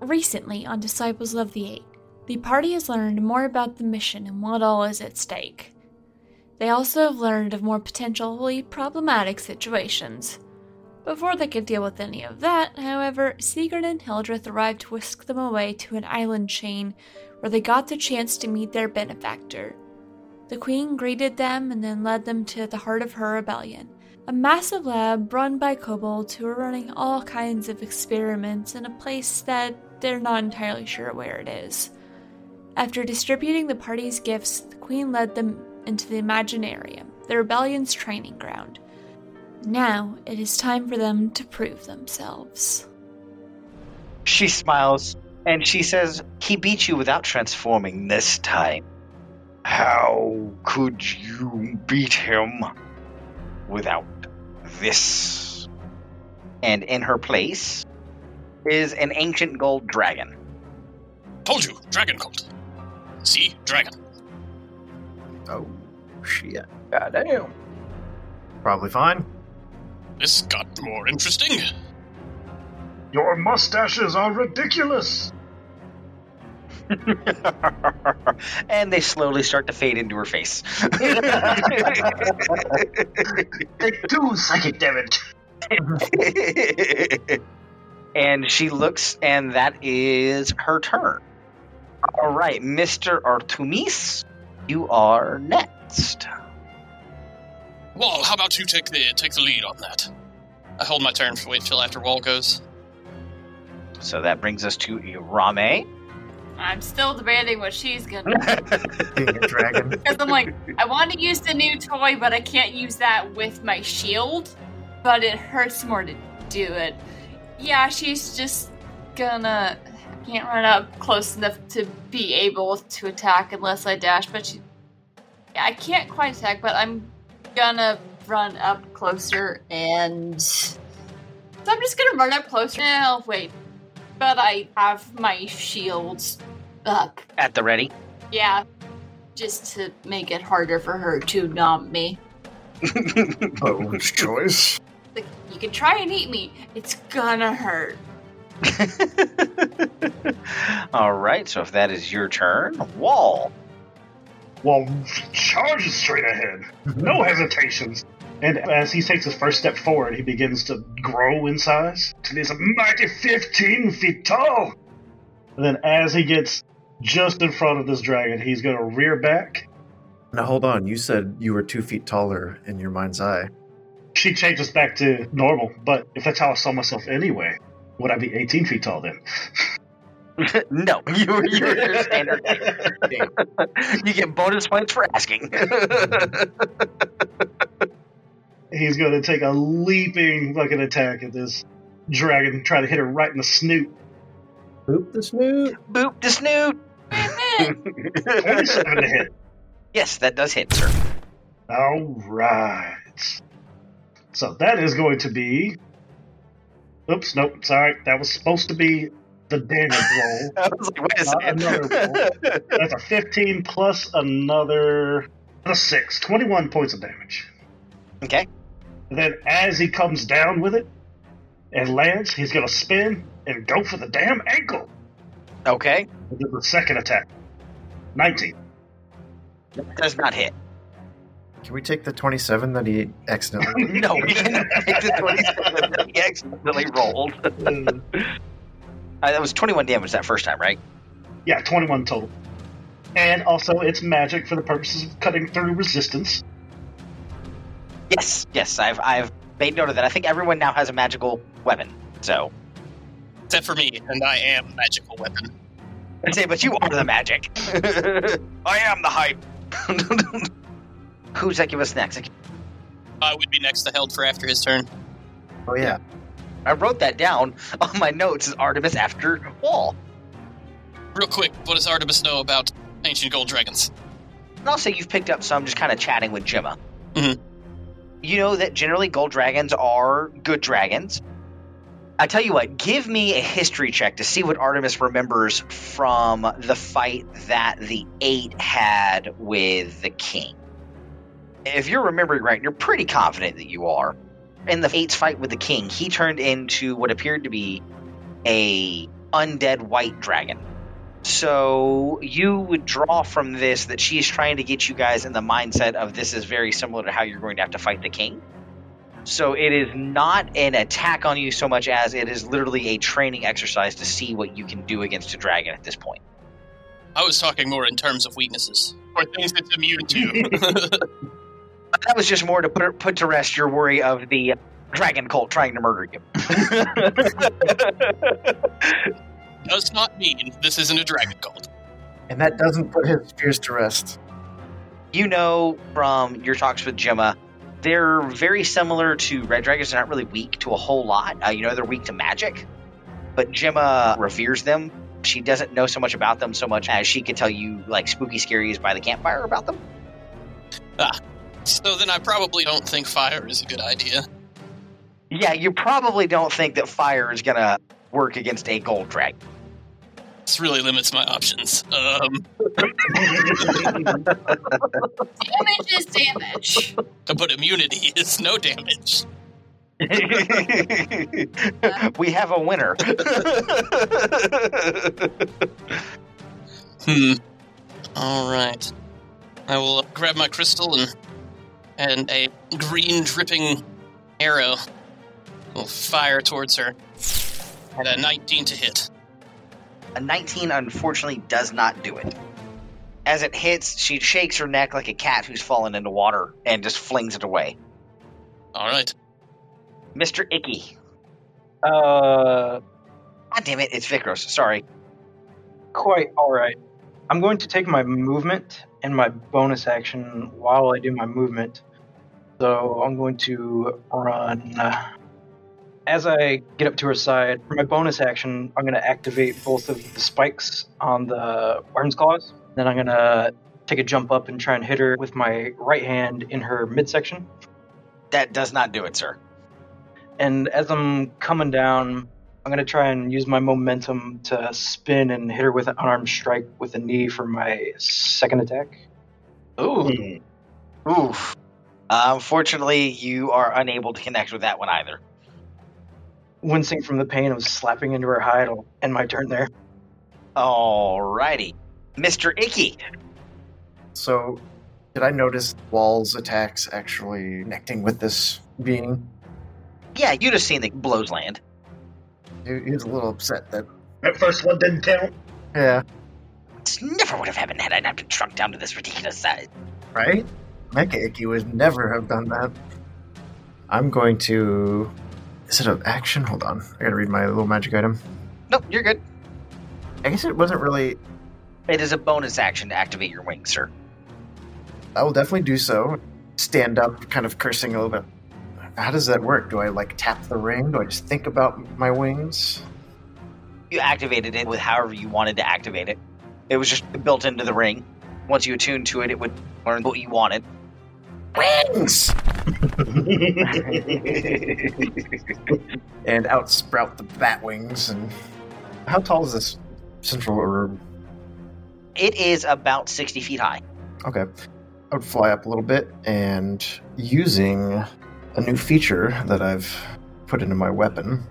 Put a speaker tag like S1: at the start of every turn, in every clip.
S1: Recently on Disciples of the Eight, the party has learned more about the mission and what all is at stake. They also have learned of more potentially problematic situations. Before they could deal with any of that, however, Sigurd and Hildreth arrived to whisk them away to an island chain where they got the chance to meet their benefactor. The queen greeted them and then led them to the heart of her rebellion, a massive lab run by kobolds who are running all kinds of experiments in a place that they're not entirely sure where it is. After distributing the party's gifts, the queen led them into the Imaginarium, the rebellion's training ground. Now it is time for them to prove themselves.
S2: She smiles and she says, He beat you without transforming this time.
S3: How could you beat him without this?
S2: And in her place is an ancient gold dragon.
S4: Told you, dragon cult. See, dragon.
S5: Oh, shit. Goddamn. Probably fine.
S4: This got more interesting.
S6: Your mustaches are ridiculous.
S2: and they slowly start to fade into her face.
S6: They do psychic damage.
S2: and she looks, and that is her turn. All right, Mr. Artumis, you are next.
S4: Wall, how about you take the take the lead on that? I hold my turn for wait till after Wall goes.
S2: So that brings us to Irame.
S7: I'm still debating what she's gonna do.
S5: Being a dragon.
S7: Because I'm like, I want to use the new toy, but I can't use that with my shield. But it hurts more to do it. Yeah, she's just gonna. I can't run up close enough to be able to attack unless I dash, but she. Yeah, I can't quite attack, but I'm gonna run up closer and. So I'm just gonna run up closer. No, wait. But I have my shields up.
S2: At the ready.
S7: Yeah. Just to make it harder for her to numb me.
S5: Bones choice.
S7: Like, you can try and eat me. It's gonna hurt.
S2: All right, so if that is your turn, Wall.
S6: Well, charges straight ahead. No hesitations. And as he takes his first step forward, he begins to grow in size till he's a mighty 15 feet tall. And then as he gets just in front of this dragon, he's going to rear back.
S5: Now hold on. You said you were two feet taller in your mind's eye.
S6: She changes back to normal, but if that's how I saw myself anyway, would I be 18 feet tall then?
S2: no, you were you were your standard. type. you get bonus points for asking.
S6: He's going to take a leaping fucking attack at this dragon, try to hit her right in the snoot.
S8: Boop the snoot.
S2: Boop the snoot.
S7: Eh,
S6: 27 to hit.
S2: yes, that does hit, sir.
S6: All right. So that is going to be. Oops, nope, sorry. That was supposed to be the damage roll.
S2: I was like, wait a
S6: Not another
S2: second.
S6: That's a 15 plus another a 6. 21 points of damage.
S2: okay.
S6: And then as he comes down with it and lands, he's going to spin and go for the damn ankle.
S2: Okay.
S6: And then the second attack. 19.
S2: That does not hit.
S5: Can we take the 27 that he accidentally.
S2: No, we cannot take the 27 that he accidentally rolled.
S6: Uh,
S2: Uh, that was 21 damage that first time, right?
S6: yeah, 21 total. And also, it's magic for the purposes of cutting through resistance.
S2: Yes, yes. I've I've made note of that. I think everyone now has a magical weapon. So
S4: Except for me, and I am magical weapon.
S2: I say, but you are the magic. I am the hype. Who's that? Give us next.
S4: I would be next to held for after his turn.
S5: Oh, yeah.
S2: I wrote that down on my notes as Artemis after Wall.
S4: Real quick, what does Artemis know about ancient gold dragons?
S2: And also, you've picked up some just kind of chatting with Gemma.
S4: Mhm.
S2: You know that generally gold dragons are good dragons. I tell you what, give me a history check to see what Artemis remembers from the fight that the eight had with the king. If you're remembering right, you're pretty confident that you are. In the eight's fight with the king, he turned into what appeared to be a undead white dragon. So you would draw from this that she is trying to get you guys in the mindset of this is very similar to how you're going to have to fight the king. So it is not an attack on you so much as it is literally a training exercise to see what you can do against a dragon at this point.
S4: I was talking more in terms of weaknesses or things it's immune to.
S2: That was just more to put put to rest your worry of the uh, dragon cult trying to murder you.
S4: Does not mean this isn't a dragon cult.
S5: And that doesn't put his fears to rest.
S2: you know from your talks with Gemma, they're very similar to red dragons. They're not really weak to a whole lot. Uh, you know, they're weak to magic, but Gemma reveres them. She doesn't know so much about them so much as she could tell you like spooky scaries by the campfire about them.
S4: So then I probably don't think fire is a good idea.
S2: Yeah, you probably don't think that fire is gonna work against a gold dragon.
S4: This really limits my options. Um,
S7: Damage is damage.
S4: but immunity is no damage.
S2: we have a winner.
S4: Hmm. All right. I will grab my crystal and and a green dripping arrow will fire towards her. At a 19 to hit.
S2: A 19 unfortunately does not do it. As it hits, she shakes her neck like a cat who's fallen into water and just flings it away.
S4: All right.
S2: Mr. Icky.
S9: Uh,
S2: God damn it, it's Vikros. Sorry.
S9: quite all right. I'm going to take my movement and my bonus action while I do my movement. So I'm going to run. uh, As I get up to her side, for my bonus action, I'm going to activate both of the spikes on the worm's claws. Then I'm going to take a jump up and try and hit her with my right hand in her midsection.
S2: That does not do it, sir.
S9: And as I'm coming down, I'm gonna try and use my momentum to spin and hit her with an unarmed strike with a knee for my second attack. Hmm.
S2: Ooh. Oof. Uh, unfortunately, you are unable to connect with that one either.
S9: Wincing from the pain of slapping into her hide, I'll end my turn there.
S2: Alrighty. Mr. Icky.
S5: So, did I notice Wall's attacks actually connecting with this being?
S2: Yeah, you'd have seen the blows land.
S5: He, he's a little upset that.
S6: That first one didn't count.
S5: Yeah.
S2: This never would have happened had I not been shrunk down to this ridiculous size.
S5: Right? Mecha Icky would never have done that. I'm going to. Is it an action? Hold on. I gotta read my little magic item.
S2: Nope, you're good.
S5: I guess it wasn't really.
S2: It is a bonus action to activate your wing, sir.
S5: I will definitely do so. Stand up, kind of cursing a little bit. How does that work? Do I like tap the ring? Do I just think about my wings?
S2: You activated it with however you wanted to activate it. It was just built into the ring. Once you attuned to it, it would learn what you wanted.
S5: Wings! and out sprout the bat wings. And how tall is this central orb?
S2: It is about 60 feet high.
S5: Okay. I would fly up a little bit and using a new feature that I've put into my weapon,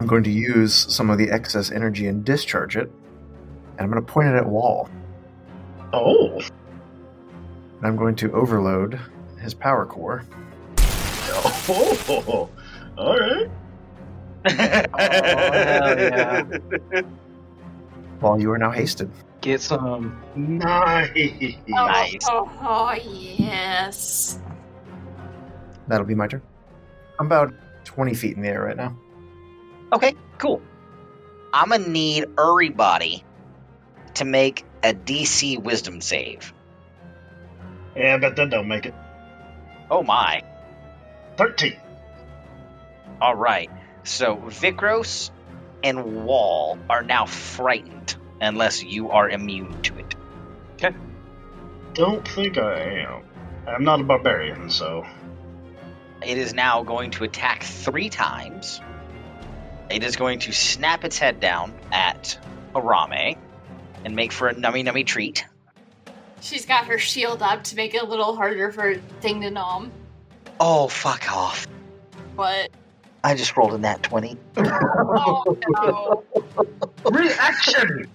S5: I'm going to use some of the excess energy and discharge it. And I'm going to point it at Wall.
S6: Oh.
S5: And I'm going to overload his power core.
S6: oh. All right.
S9: Oh, hell yeah.
S5: Wall, you are now hasted.
S9: Get some.
S6: Nice.
S7: Oh,
S2: Nice.
S7: Oh, oh, yes.
S5: That'll be my turn. I'm about 20 feet in the air right now.
S2: Okay, cool. I'm gonna need everybody to make a DC Wisdom save.
S6: Yeah, but that don't make it.
S2: Oh my!
S6: Thirteen.
S2: All right. So Vikros and Wall are now frightened unless you are immune to it.
S6: Don't think I am. I'm not a barbarian, so
S2: It is now going to attack three times. It is going to snap its head down at Arame and make for a nummy nummy treat.
S7: She's got her shield up to make it a little harder for Ding to nom,
S2: Oh, fuck off.
S7: but
S2: I just rolled a nat 20.
S7: oh no.
S6: Reaction!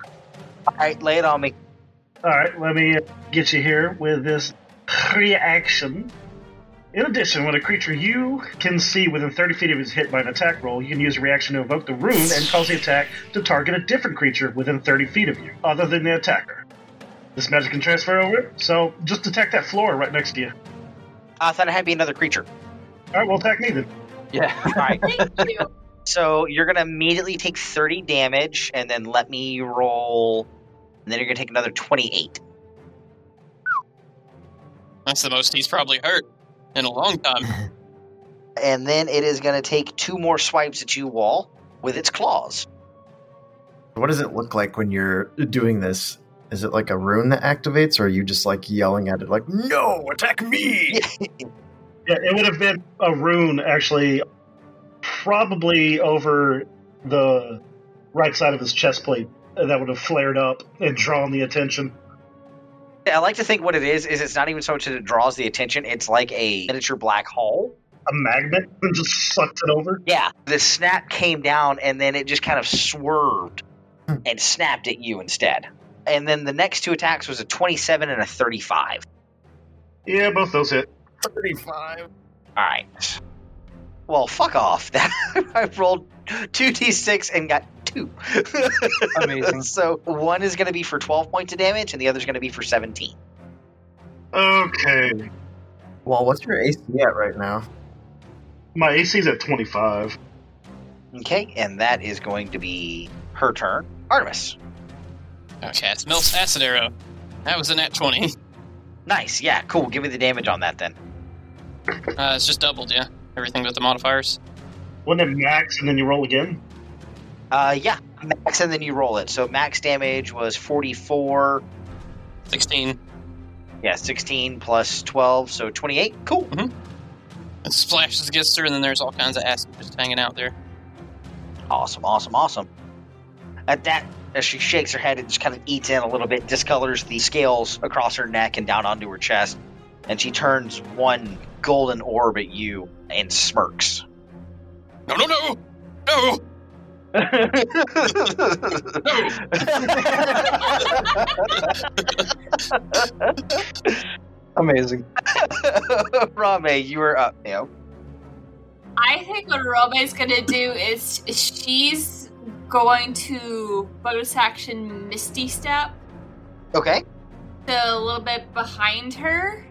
S2: All right, lay it on me.
S6: All right, let me uh, get you here with this reaction. In addition, when a creature you can see within 30 feet of is hit by an attack roll, you can use a reaction to evoke the rune and cause the attack to target a different creature within 30 feet of you, other than the attacker. This magic can transfer over, so just attack that floor right next to you.
S2: I thought it had to be another creature.
S6: All right, well, attack me then.
S9: Yeah.
S2: All right.
S7: Thank you.
S2: So you're gonna immediately take 30 damage, and then let me roll. And then you're gonna take another 28.
S4: That's the most he's probably hurt in a long time.
S2: And then it is gonna take two more swipes at you, Wall, with its claws.
S5: What does it look like when you're doing this? Is it like a rune that activates, or are you just like yelling at it, like, no, attack me?
S6: Yeah, it would have been a rune, actually, probably over the right side of his chest plate. and That would have flared up and drawn the attention.
S2: I like to think what it is is it's not even so much that it draws the attention; it's like a miniature black hole.
S6: A magnet and just sucked it over.
S2: Yeah, the snap came down and then it just kind of swerved
S5: Hmm.
S2: and snapped at you instead. And then the next two attacks was a 27 and a 35.
S6: Yeah, both those hit.
S5: 35.
S2: All right. Well, fuck off. That I rolled 2d6 and got 2.
S9: Amazing.
S2: so one is going to be for 12 points of damage and the other is going to be for 17.
S6: Okay.
S5: Well, what's your AC at right now?
S6: My AC's at 25.
S2: Okay, and that is going to be her turn. Artemis.
S4: Okay, it's Milt's acid arrow. That was a nat 20.
S2: Nice. Yeah, cool. Give me the damage on that then.
S4: Uh, it's just doubled, yeah. Everything but the modifiers.
S6: Wasn't it max and then you roll again?
S2: Uh, yeah, max and then you roll it. So max damage was 44.
S4: 16.
S2: Yeah, 16 plus 12, so 28. Cool.
S4: It splashes against her, and then there's all kinds of acid just hanging out there.
S2: Awesome, awesome, awesome. At that, as she shakes her head, it just kind of eats in a little bit, discolors the scales across her neck and down onto her chest. And she turns one golden orb at you and smirks.
S4: No, no, no! No!
S9: Amazing.
S2: Rame, you are up now.
S7: I think what Rome's gonna do is she's going to bonus action Misty Step,
S2: Okay.
S7: so a little bit behind her.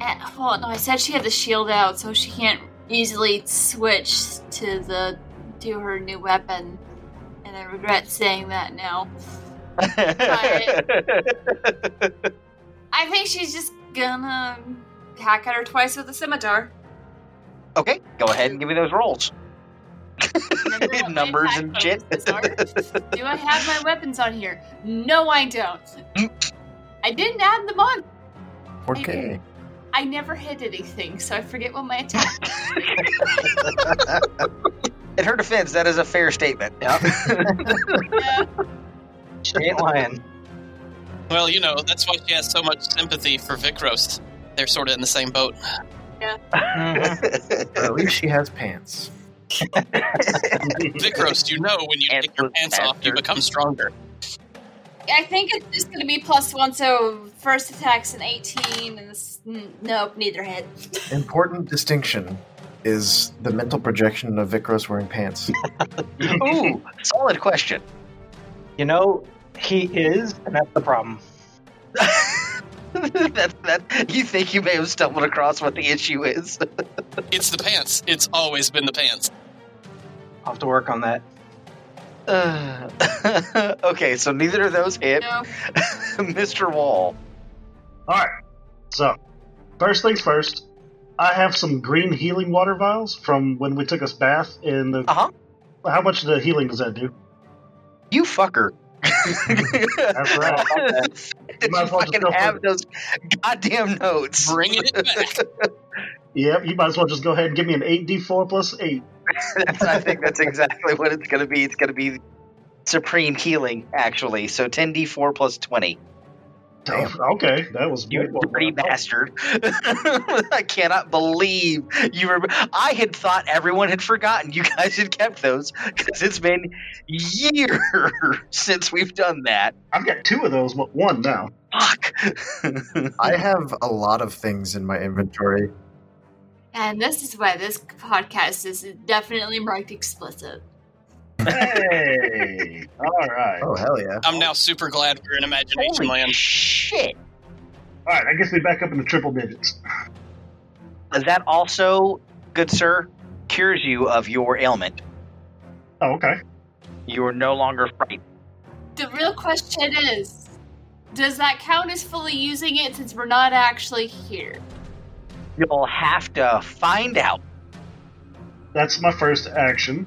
S7: And, well, no, I said she had the shield out, so she can't easily switch to the do her new weapon. And I regret saying that now. I think she's just gonna hack at her twice with a scimitar.
S2: okay, go ahead and give me those rolls.
S7: Remember what my
S2: Numbers
S7: attack
S2: and shit.
S7: bonuses are? Do I have my weapons on here? No, I don't.
S2: Mm.
S7: I didn't add them on.
S5: 4K.
S7: I never hit anything, so I forget what my attack.
S2: In her defense, that is a fair statement.
S9: She ain't lying.
S4: Well, you know, that's why she has so much sympathy for Vikrost. They're sort of in the same boat.
S9: Mhm.
S5: But at least she has pants.
S4: Vikrost, you know when you
S2: And
S4: take your
S2: those
S4: pants off, you
S2: bastards.
S4: become stronger.
S7: I think it's just gonna be plus one. So first attack's an eighteen, and this, n- nope, neither hit.
S5: Important distinction is the mental projection of Vikros wearing pants.
S2: Ooh, solid question.
S9: You know, he is, and that's the problem.
S2: that, that, you think you may have stumbled across what the issue is.
S4: It's the pants. It's always been the pants.
S9: I'll have to work on that.
S2: Uh, okay, so neither of those hit.
S7: No,
S2: Mr. Wall.
S6: So, first things first, I have some green healing water vials from when we took us bath in the.
S2: Uh-huh.
S6: How much of the healing does that do?
S2: You fucker.
S6: That's right.
S2: Did
S6: Might
S2: you
S6: as well just
S2: fucking
S6: go for
S2: have
S6: it.
S2: those goddamn notes?
S4: Bringing it back.
S6: yep, you might as well just go ahead and give me an 8d4 plus 8.
S2: That's- I think that's exactly what it's going to be. It's going to be supreme healing, actually. So 10d4 plus 20.
S5: Damn.
S6: Oh, okay, that was
S2: You
S6: way more
S2: dirty
S6: than I thought.
S2: bastard. I cannot believe you remember. I had thought everyone had forgotten you guys had kept those because it's been years since we've done that.
S6: I've got two of those, but one now.
S2: Fuck.
S5: I have a lot of things in my inventory.
S7: And this is why this podcast is definitely marked explicit.
S6: Hey, all right, all
S5: Oh hell yeah!
S4: I'm now super glad we're in imagination
S2: Holy
S4: land.
S2: shit.
S6: right. I guess we back up in the triple digits.
S2: That also, good sir, cures you of your ailment.
S6: Oh, okay.
S2: You are no longer frightened.
S7: The real question is Does that count as fully using it since we're not actually here?
S2: You'll have to find out.
S6: That's my first action.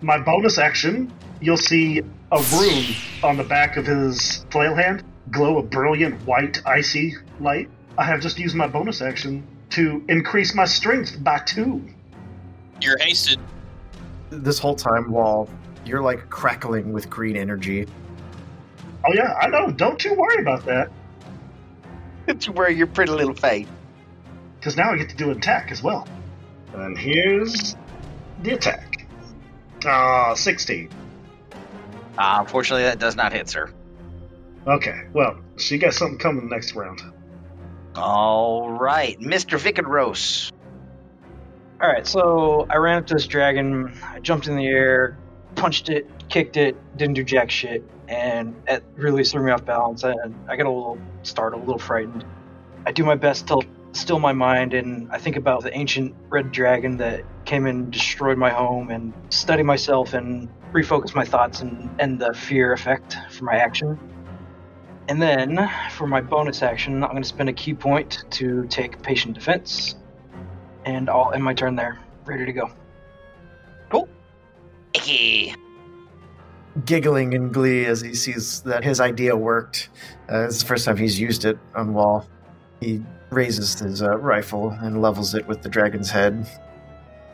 S6: My bonus action, you'll see a room on the back of his flail hand glow a brilliant white icy light. I have just used my bonus action to increase my strength by two.
S4: You're hasted.
S5: This whole time, while you're like crackling with green energy,
S6: Oh yeah, I know. Don't you worry about that,
S2: It's where your pretty little face.
S6: because now I get to do an attack as well. And here's the attack. Ah, 16.
S2: Uh, unfortunately, that does not hit, sir.
S6: Okay, well, she got something coming next round.
S2: All right, Mr. Vickenrose.
S9: All right, so I ran up to this dragon. I jumped in the air, punched it, kicked it, didn't do jack shit, and it really threw me off balance. And I got a little startled, a little frightened. I do my best to still my mind, and I think about the ancient red dragon that came and destroyed my home, and study myself and refocus my thoughts and end the fear effect for my action. And then for my bonus action, I'm going to spend a key point to take patient defense and I'll end my turn there. Ready to go.
S2: Icky.
S5: giggling in glee as he sees that his idea worked. Uh, it's the first time he's used it on Wall. He raises his uh, rifle and levels it with the dragon's head.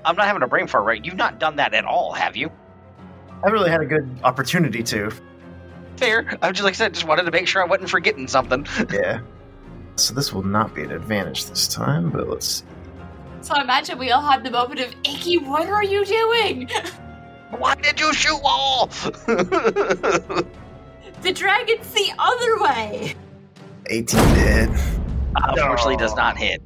S2: I'm not having a brain fart, right? You've not done that at all, have you?
S5: I really had a good opportunity to.
S2: Fair. I'm just like I said, just wanted to make sure I wasn't forgetting something.
S5: Yeah. So this will not be an advantage this time, but let's see.
S7: So I imagine we all had the moment of Icky, what are you doing?
S2: Why did you Uh, shoot Wall?
S7: The dragon's the other way.
S5: 18 to hit.
S2: Unfortunately, does not hit.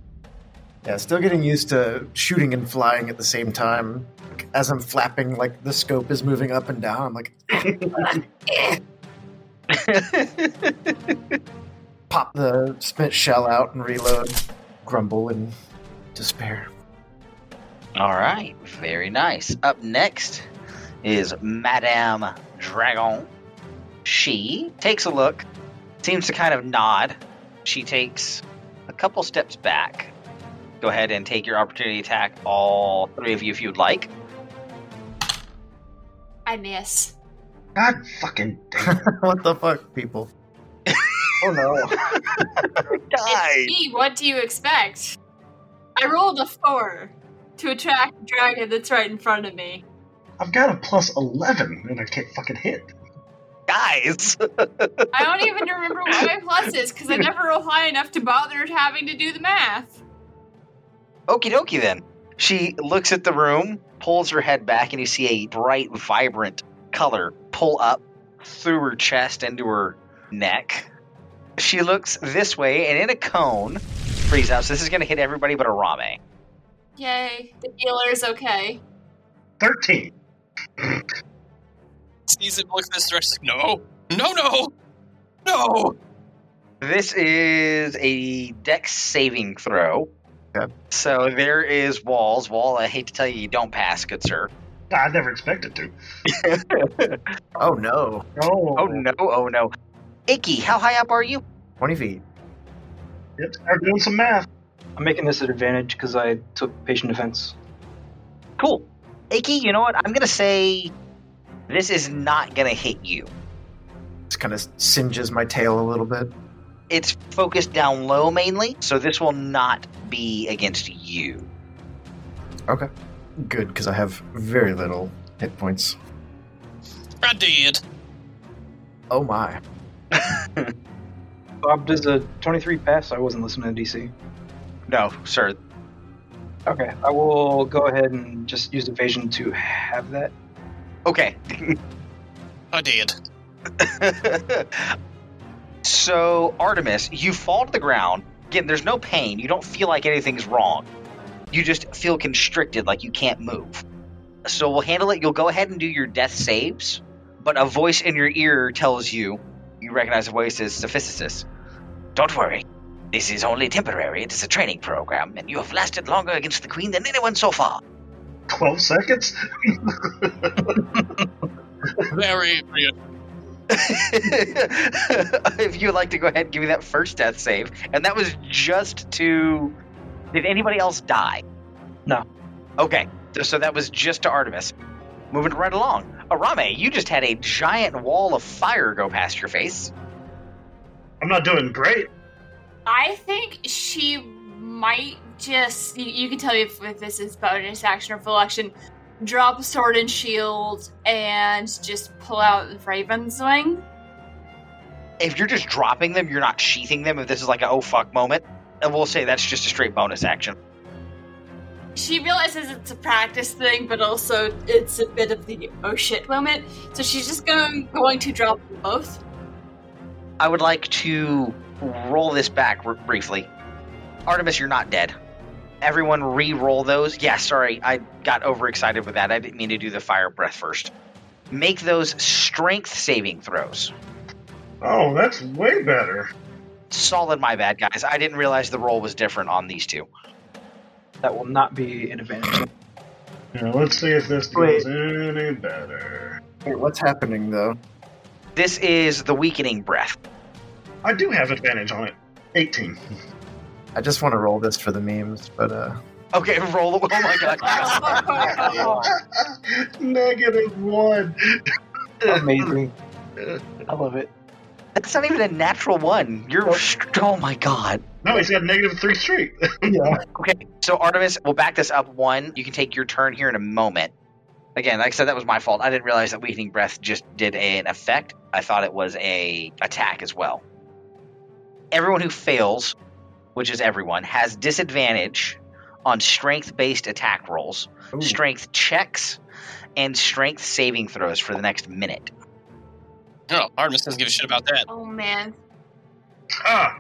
S5: Yeah, still getting used to shooting and flying at the same time. As I'm flapping, like the scope is moving up and down. I'm like, pop the spent shell out and reload, grumble in despair.
S2: All right, very nice. Up next is Madame Dragon. She takes a look, seems to kind of nod. She takes a couple steps back. Go ahead and take your opportunity attack, all three of you, if you'd like.
S7: I miss.
S6: God fucking damn it.
S5: what the fuck, people?
S9: Oh no.
S7: It's me. What do you expect? I rolled a four to attract the dragon that's right in front of me.
S6: I've got a plus 11 and I can't fucking hit.
S2: Guys,
S7: I don't even remember what my plus is because I never roll high enough to bother having to do the math.
S2: okie dokie then. She looks at the room, pulls her head back, and you see a bright, vibrant color pull up through her chest into her neck. She looks this way, and in a cone, freeze up. So this is going to hit everybody but Arame.
S7: Yay. The healer's okay.
S6: 13.
S4: Sees it, looks this direction. No, no, no, no.
S2: This is a dex saving throw.
S5: Okay.
S2: So there is walls. Wall, I hate to tell you, you don't pass, good sir.
S6: I never expected to.
S5: Oh no,
S6: Oh,
S2: Oh no, oh no. Icky, how high up are you?
S5: 20 feet.
S6: Yep, I'm doing some math.
S9: I'm making this an advantage because I took patient defense.
S2: Cool. Icky, you know what? I'm going to say this is not going to hit you.
S5: This kind of singes my tail a little bit.
S2: It's focused down low mainly, so this will not be against you.
S5: Good, because I have very little hit points.
S4: I did.
S5: Oh my.
S9: Bob, does a 23 pass? I wasn't listening to DC.
S2: No, sir.
S9: Okay, I will go ahead and just use evasion to have that.
S2: Okay.
S4: I did.
S2: so, Artemis, you fall to the ground. Again, there's no pain. You don't feel like anything's wrong. You just feel constricted, like you can't move. So, we'll handle it. You'll go ahead and do your death saves, but a voice in your ear tells you you recognize the voice as Sophicicus. Don't worry. This is only temporary. It is a training program, and you have lasted longer against the Queen than anyone so far.
S6: 12 seconds?
S4: Very real.
S2: if you would like to go ahead and give me that first death save, and that was just to. Did anybody else die?
S9: No.
S2: Okay, so that was just to Artemis. Moving right along. Arame, you just had a giant wall of fire go past your face.
S6: I'm not doing great.
S7: I think she might just. You, you can tell me if, if this is bonus action or full action. Drop sword and shield and just pull out Raven's wing.
S2: If you're just dropping them, you're not sheathing them. If this is like a oh fuck moment, and we'll say that's just a straight bonus action.
S7: She realizes it's a practice thing, but also it's a bit of the oh shit moment. So she's just going, going to drop them both.
S2: I would like to roll this back r- briefly. Artemis, you're not dead. Everyone re-roll those. Yeah, sorry, I got overexcited with that. I didn't mean to do the fire breath first. Make those strength saving throws.
S6: Oh, that's way better.
S2: Solid, my bad, guys. I didn't realize the roll was different on these two.
S9: That will not be an advantage.
S6: Now, let's see if this
S5: Wait.
S6: feels any better.
S5: Wait, what's happening though?
S2: This is the weakening breath.
S6: I do have advantage on it. 18.
S5: I just want to roll this for the memes, but uh,
S2: Okay, roll. Oh my god.
S7: Oh,
S6: Negative one.
S9: Amazing. I love it.
S2: That's not even a natural one. You're. st- Oh my god.
S6: No, he's got negative three straight.
S2: Okay, so Artemis, we'll back this up one. You can take your turn here in a moment. Again, like I said, that was my fault. I didn't realize that weakening breath just did an effect. I thought it was a attack as well. Everyone who fails, which is everyone, has disadvantage on strength-based attack rolls,
S5: ooh,
S2: strength checks, and strength saving throws for the next minute.
S4: No, Oh, Artemis doesn't give a shit about that.
S7: oh man.
S6: ah,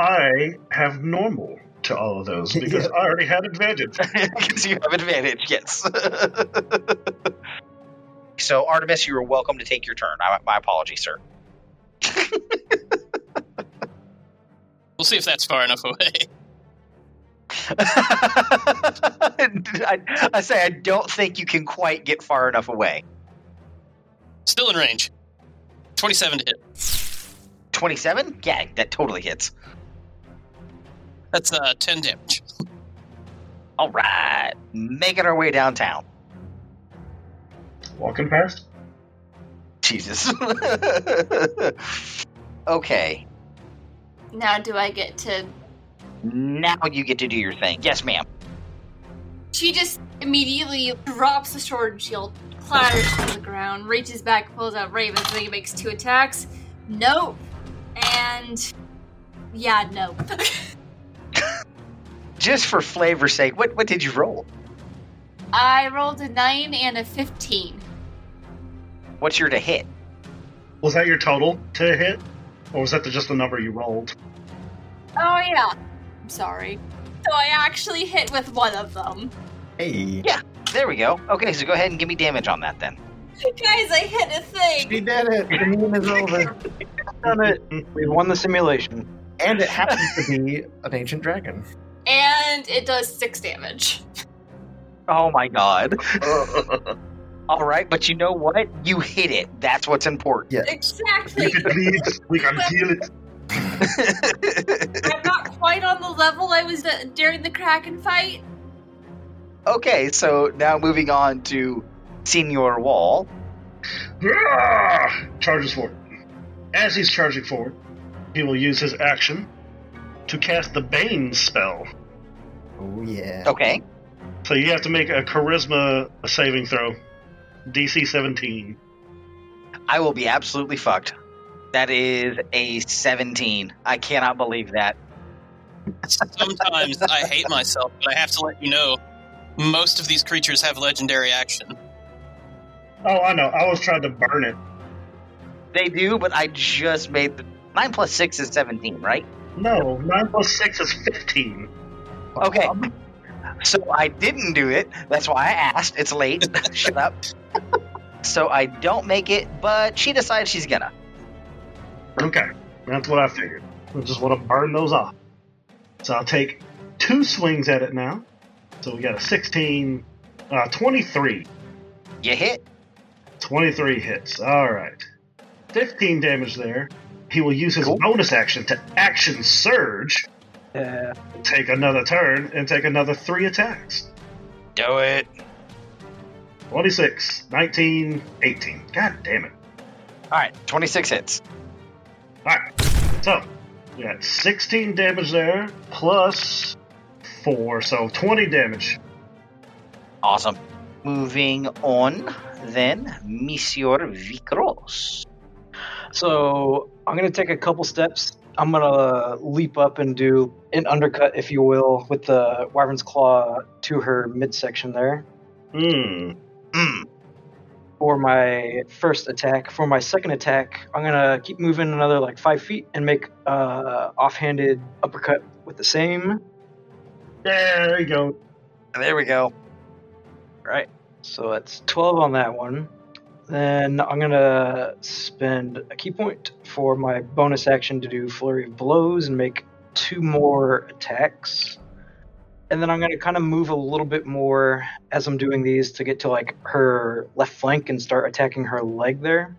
S6: I have normal to all of those because I already had advantage.
S2: Because you have advantage, yes. so, Artemis, you are welcome to take your turn. I, my apologies, sir.
S4: We'll see if that's far enough away.
S2: I, I say I don't think you can quite get far enough away.
S4: Still in range. 27 to hit.
S2: Twenty-seven? Yeah, that totally hits.
S4: That's uh, 10 damage.
S2: All right, making our way downtown.
S6: Walking past?
S2: Jesus. okay,
S7: Now do I get to.
S2: now you get to do your thing. Yes, ma'am.
S7: She just immediately drops the sword and shield, clatters to the ground, reaches back, pulls out Raven's wing, makes two attacks. Nope. And. Yeah, no.
S2: Just for flavor's sake, what what did you roll?
S7: I rolled a 9 and a 15.
S2: What's your to hit?
S6: Was that your total to hit? Or was that the, just the number you rolled?
S7: Oh, yeah. I'm sorry. So I actually hit with one of them.
S5: hey,
S2: There we go. Okay, so go ahead and give me damage on that then.
S7: Guys, I hit a
S5: she
S7: thing!
S5: did it. The meme is over,
S9: Done it. We won the simulation.
S5: and it happens to be an ancient dragon.
S7: And it does 6 damage.
S2: Oh my god. All right, but you know what? You hit it. That's what's important.
S5: Yeah,
S7: Exactly!
S6: We can bleed, we can heal it.
S7: I'm not quite on the level I was at during the Kraken fight.
S2: Okay, so now moving on to Senior Wall.
S6: Ah! Charges forward. As he's charging forward, he will use his action to cast the Bane spell.
S5: oh yeah.
S2: Okay.
S6: So you have to make a charisma saving throw. DC 17.
S2: I will be absolutely fucked. That is a 17. I cannot believe that.
S4: Sometimes I hate myself, but I have to let you know most of these creatures have legendary action.
S6: Oh, I know. I was trying to burn it.
S2: They do, but I just made the 9 plus 6 is 17, right?
S6: No, 9 plus 6 is 15.
S2: Okay. So I didn't do it. That's why I asked. It's late. Shut up. So I don't make it, but she decides she's gonna.
S6: Okay, that's what I figured. I just want to burn those off. So I'll take two swings at it now. So we got a 16, uh, 23.
S2: You hit.
S6: 23 hits. All right. 15 damage there. He will use his
S2: Cool.
S6: bonus action to action surge,
S9: Yeah.
S6: take another turn, and take another three attacks.
S2: Do it.
S6: 26, 19, 18. God damn it.
S2: All right, 26 hits.
S6: Alright, so we got 16 damage there, plus 4, so 20 damage.
S2: Awesome. Moving on, then, Monsieur Vicros.
S9: So I'm gonna take a couple steps. I'm gonna leap up and do an undercut, if you will, with the wyvern's claw to her midsection there
S6: Hmm.
S2: Mm,
S9: for my first attack. For my second attack, I'm gonna keep moving another like five feet and make uh, offhanded uppercut with the same.
S6: There you go.
S2: there we go.
S9: Right. So that's 12 on that one. Then I'm going to spend a key point for my bonus action to do Flurry of Blows and make two more attacks. And then I'm going to kind of move a little bit more as I'm doing these to get to like her left flank and start attacking her leg there.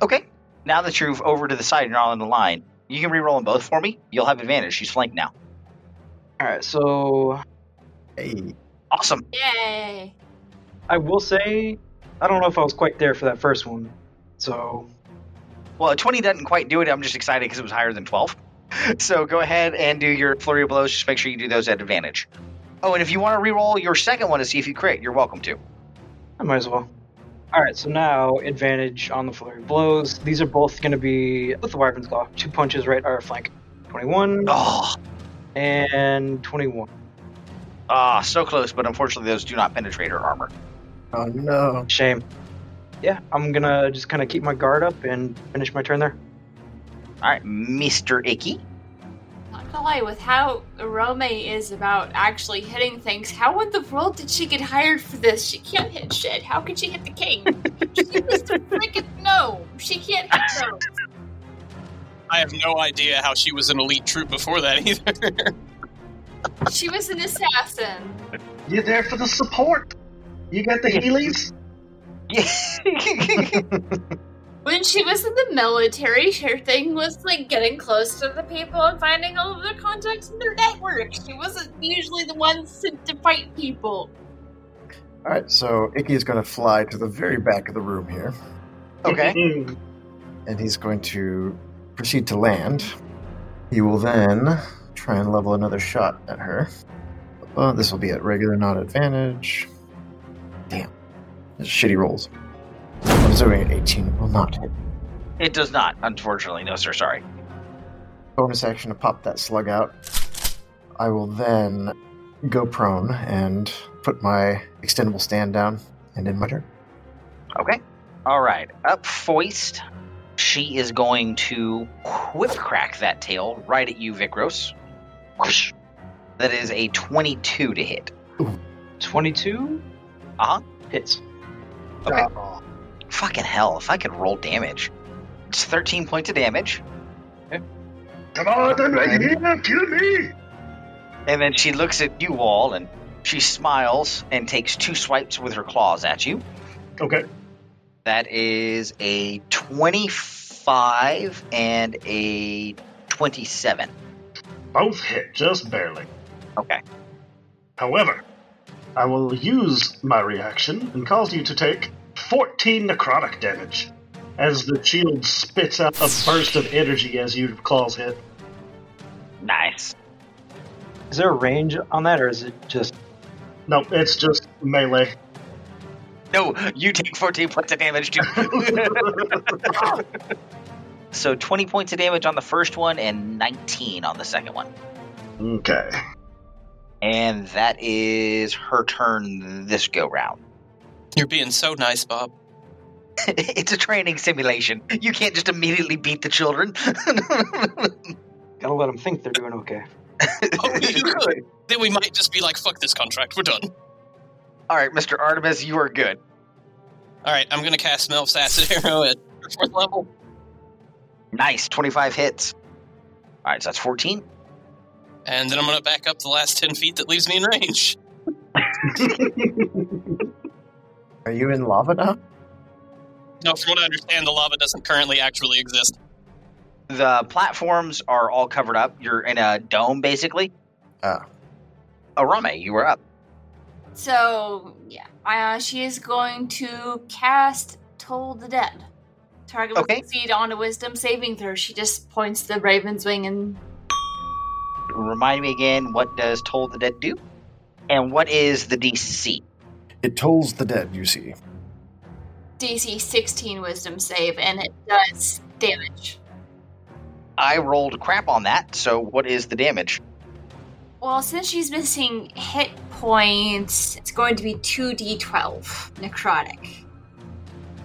S2: Okay. Now that you're over to the side and you're all in the line, you can re-roll them both for me. You'll have advantage. She's flanked now.
S9: All right, so
S5: Hey,
S2: Awesome.
S7: Yay!
S9: I will say I don't know if I was quite there for that first one. So
S2: Well, a 20 doesn't quite do it. I'm just excited because it was higher than 12. So go ahead and do your flurry of blows. Just make sure you do those at advantage. Oh, and if you want to re-roll your second one to see if you crit, you're welcome to.
S9: I might as well. All right, so now advantage on the flurry of blows. These are both going to be with the wyvern's claw. Two punches right at our flank. 21
S2: Oh,
S9: and 21.
S2: ah, so close, but unfortunately those do not penetrate her armor.
S5: oh no.
S9: Shame. Yeah, I'm gonna just kind of keep my guard up and finish my turn there.
S2: All right, Mr. Icky.
S7: Not gonna lie, with how Rome is about actually hitting things, how in the world did she get hired for this? She can't hit shit. How could she hit the king? she was the freaking no. She can't hit no.
S4: I have no idea how she was an elite troop before that either.
S7: She was an assassin.
S6: You're there for the support. You got the Heelys?
S7: When she was in the military, her thing was like getting close to the people and finding all of their contacts in their network. She wasn't usually the one sent to fight people.
S5: All right, so Icky is going to fly to the very back of the room here,
S2: okay.
S6: Mm.
S5: and he's going to proceed to land. He will then try and level another shot at her. Uh, this will be at regular, not advantage. Damn, Those shitty rolls. I'm assuming an 18 will not hit.
S2: It does not, unfortunately. No, sir. Sorry.
S5: Bonus action to pop that slug out. I will then go prone and put my extendable stand down and end my turn.
S2: Okay. All right. Up foist. She is going to whip crack that tail right at you, Vicros. Whoosh. That is a 22 to hit.
S9: 22
S2: Uh-huh.
S9: hits.
S2: Okay.
S6: Oh,
S2: Fucking hell, if I could roll damage. It's 13 points of damage.
S6: Come on, I'm right here. Kill me.
S2: And then she looks at you all and she smiles and takes two swipes with her claws at you.
S6: Okay.
S2: That is a 25 and a 27.
S6: Both hit, just barely.
S2: Okay.
S6: However, I will use my reaction and cause you to take 14 necrotic damage as the shield spits out a burst of energy as your claws hit.
S2: Nice.
S9: Is there a range on that, or is it just
S6: No, it's just melee.
S2: No, you take 14 points of damage too. So 20 points of damage on the first one and 19 on the second one.
S6: Okay.
S2: And that is her turn this go round.
S4: You're being so nice, Bob.
S2: it's a training simulation. You can't just immediately beat the children.
S9: Gotta let them think they're doing okay.
S4: Oh, you could. Then we might just be like, fuck this contract. We're done.
S2: All right, Mr. Artemis, you are good.
S4: All right, I'm going to cast Melf's Acid Arrow at fourth level.
S2: Nice, 25 hits. All right, so that's 14.
S4: And then I'm going to back up the last 10 feet that leaves me in range.
S5: Are you in lava now?
S4: No, from what I understand, the lava doesn't currently actually exist.
S2: The platforms are all covered up. You're in a dome, basically.
S5: Ah.
S2: Arame, you were up.
S7: So, yeah. Uh, she is going to cast Toll the Dead. Target will
S2: Okay.
S7: succeed on a wisdom saving throw. She just points the raven's wing and
S2: Remind me again, what does Toll the Dead do? And what is the DC?
S5: It tolls the dead, you see.
S7: DC 16 wisdom save, and it does damage.
S2: I rolled crap on that, so what is the damage?
S7: Well, since she's missing hit points, it's going to be 2d12 necrotic.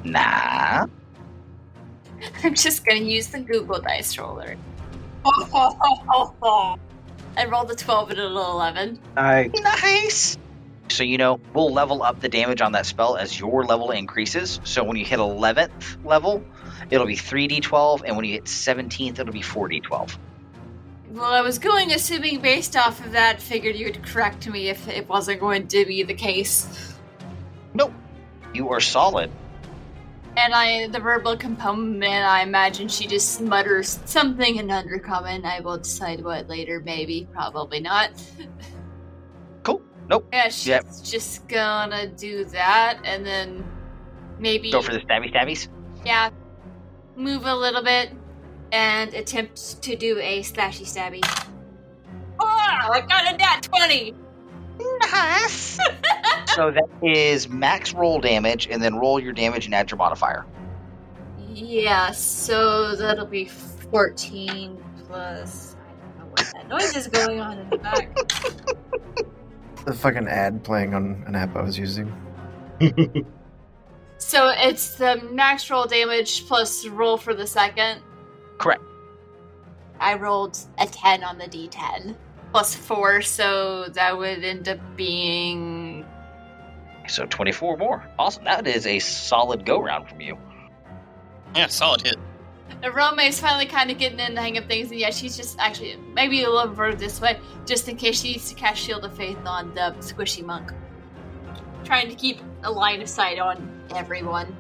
S2: Nah.
S7: I'm just going to use the Google Dice Roller. I rolled a 12 and an 11.
S9: I
S2: Nice! So, you know, we'll level up the damage on that spell as your level increases. So, when you hit 11th level, it'll be 3d12, and when you hit 17th, it'll be 4d12.
S7: Well, I was going assuming based off of that, figured you would correct me if it wasn't going to be the case.
S2: You are solid.
S7: And I, the verbal component, I imagine she just mutters something in undercommon. I will decide what later, maybe, probably not.
S2: Cool. Nope.
S7: Yeah, she's
S2: Yep.
S7: just gonna do that, and then maybe
S2: Go for the stabby stabbies.
S7: yeah, move a little bit and attempt to do a slashy stabby. Oh, I got a nat twenty.
S2: Nice! so, that is max roll damage, and then roll your damage and add your modifier.
S7: Yeah, so that'll be fourteen plus. I don't know what that noise is going on in the back.
S5: The fucking ad playing on an app I was using.
S7: So it's the max roll damage plus roll for the second.
S2: Correct.
S7: I rolled a 10 on the d10 plus 4, so that would end up being.
S2: So, 24 more. Awesome. That is a solid go round from you.
S4: Yeah, solid hit.
S7: Aroma is finally kind of getting in the hang of things, and yeah, she's just actually maybe a little further this way, just in case she needs to cast Shield of Faith on the squishy monk. Trying to keep a line of sight on everyone.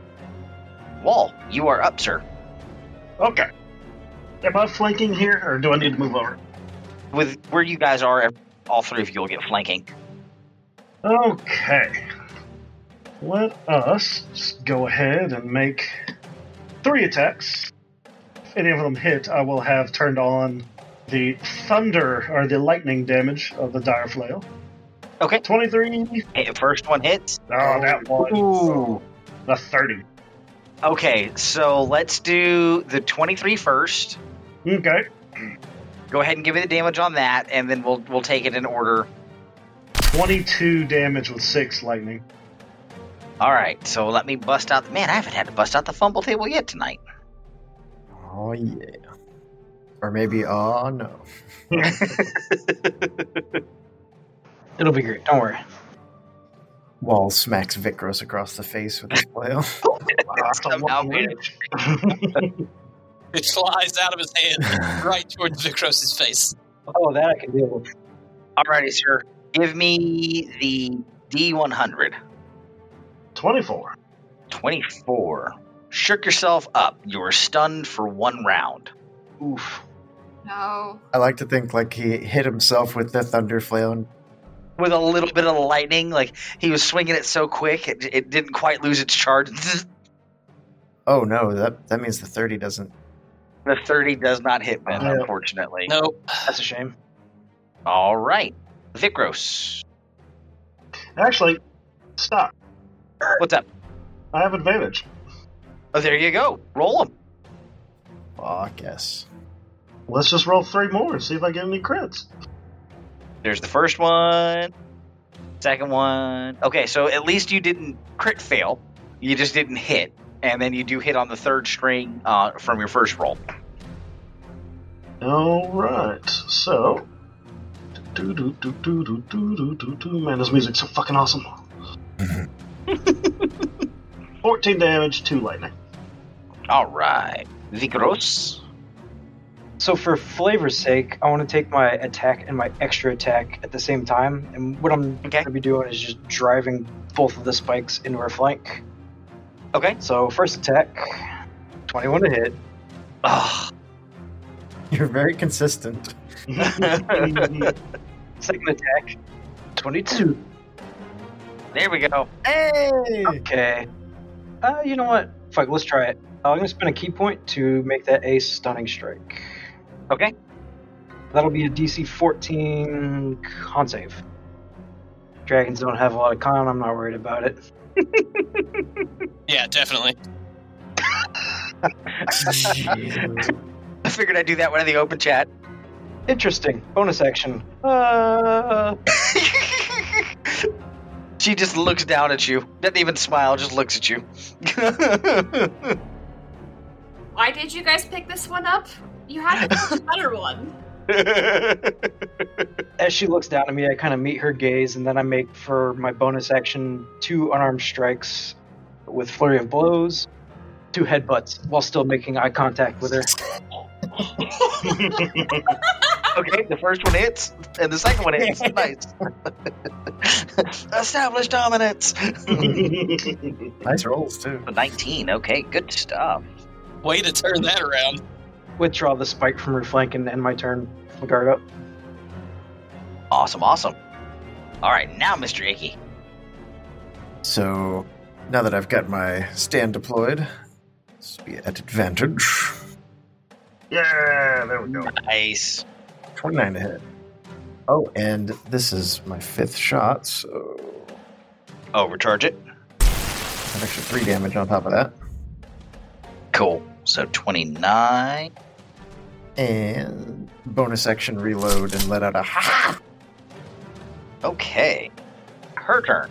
S2: Wall, you are up, sir.
S6: Okay. Am I flanking here, or do I need to move over?
S2: With where you guys are, all three of you will get flanking.
S6: Okay. Let us just go ahead and make three attacks. If any of them hit, I will have turned on the thunder or the lightning damage of the dire flail.
S2: Okay.
S6: 23.
S2: Hey, first one hits.
S6: Oh, that one. The 30.
S2: Okay, so let's do the 23 first.
S6: Okay.
S2: Go ahead and give me the damage on that, and then we'll we'll take it in order.
S6: 22 damage with 6 lightning.
S2: All right, so let me bust out. Man, I haven't had to bust out the fumble table yet tonight.
S5: Oh, yeah. Or maybe, oh, no.
S9: it'll be great. Don't worry.
S5: Wall smacks Vikros across the face with his flail.
S6: Wow, that's a
S2: Somehow
S6: lot of
S2: made
S6: damage.
S4: It flies out of his hand right towards Vikros' face.
S9: Oh, that I can deal with.
S2: All righty, sir. Give me the D100.
S6: 24.
S2: 24. Shook yourself up. You were stunned for one round.
S9: Oof.
S7: No.
S5: I like to think like he hit himself with the thunder flail and
S2: With a little bit of lightning, like he was swinging it so quick, it, it didn't quite lose its charge.
S5: oh no, that that means the thirty doesn't
S2: The 30 does not hit Ben,
S9: Yeah.
S2: unfortunately.
S4: No,
S9: That's a shame.
S2: All right. Vikros,
S6: Actually, stop.
S2: what's up?
S6: I have advantage.
S2: Oh, there you go. Roll him.
S5: Fuck yes.
S6: Let's just roll three more and see if I get any crits.
S2: There's the first one, second one. Okay, so at least you didn't crit fail. You just didn't hit. And then you do hit on the third string uh, from your first roll.
S6: All right, so. Do, do, do, do, do, do, do, do, do. Man, this music's so fucking awesome. 14 damage, 2 lightning.
S2: All right. Vigorous.
S9: So for flavor's sake, I want to take my attack and my extra attack at the same time. And what I'm
S2: Okay.
S9: going to be doing is just driving both of the spikes into her flank.
S2: Okay.
S9: So first attack, 21 to hit.
S2: Ugh.
S5: You're very consistent.
S6: That's
S9: Second attack, 22.
S2: There we go.
S5: Hey!
S9: Okay. Uh, you know what? Fuck, let's try it. Uh, I'm going to spend a key point to make that a stunning strike.
S2: Okay.
S9: That'll be a DC 14 con save. Dragons don't have a lot of con. I'm not worried about it.
S4: Yeah, definitely.
S2: I figured I'd do that one in the open chat.
S9: Interesting. Bonus action. Uh,
S2: she just looks down at you. Doesn't even smile, just looks at you.
S7: Why did you guys pick this one up? You had a much better one.
S9: as she looks down at me, I kind of meet her gaze, and then I make for my bonus action two unarmed strikes with flurry of blows, two headbutts, while still making eye contact with her.
S2: okay, the first one hits, and the second one hits. Nice. Established dominance.
S5: nice rolls, too.
S2: 19. Okay, good stuff.
S4: Way to turn that around.
S9: Withdraw the spike from her flank and end my turn. Guard up.
S2: Awesome, awesome. All right, now, Mr. Icky.
S5: So now that I've got my stand deployed, this will be at advantage.
S6: yeah, there we go.
S2: Nice.
S5: 29 to hit. Oh, and this is my fifth shot, so
S2: Oh, recharge it.
S5: an extra three damage on top of that.
S2: Cool. So 29.
S5: And bonus action reload and let out a ha!
S2: Okay. Her turn.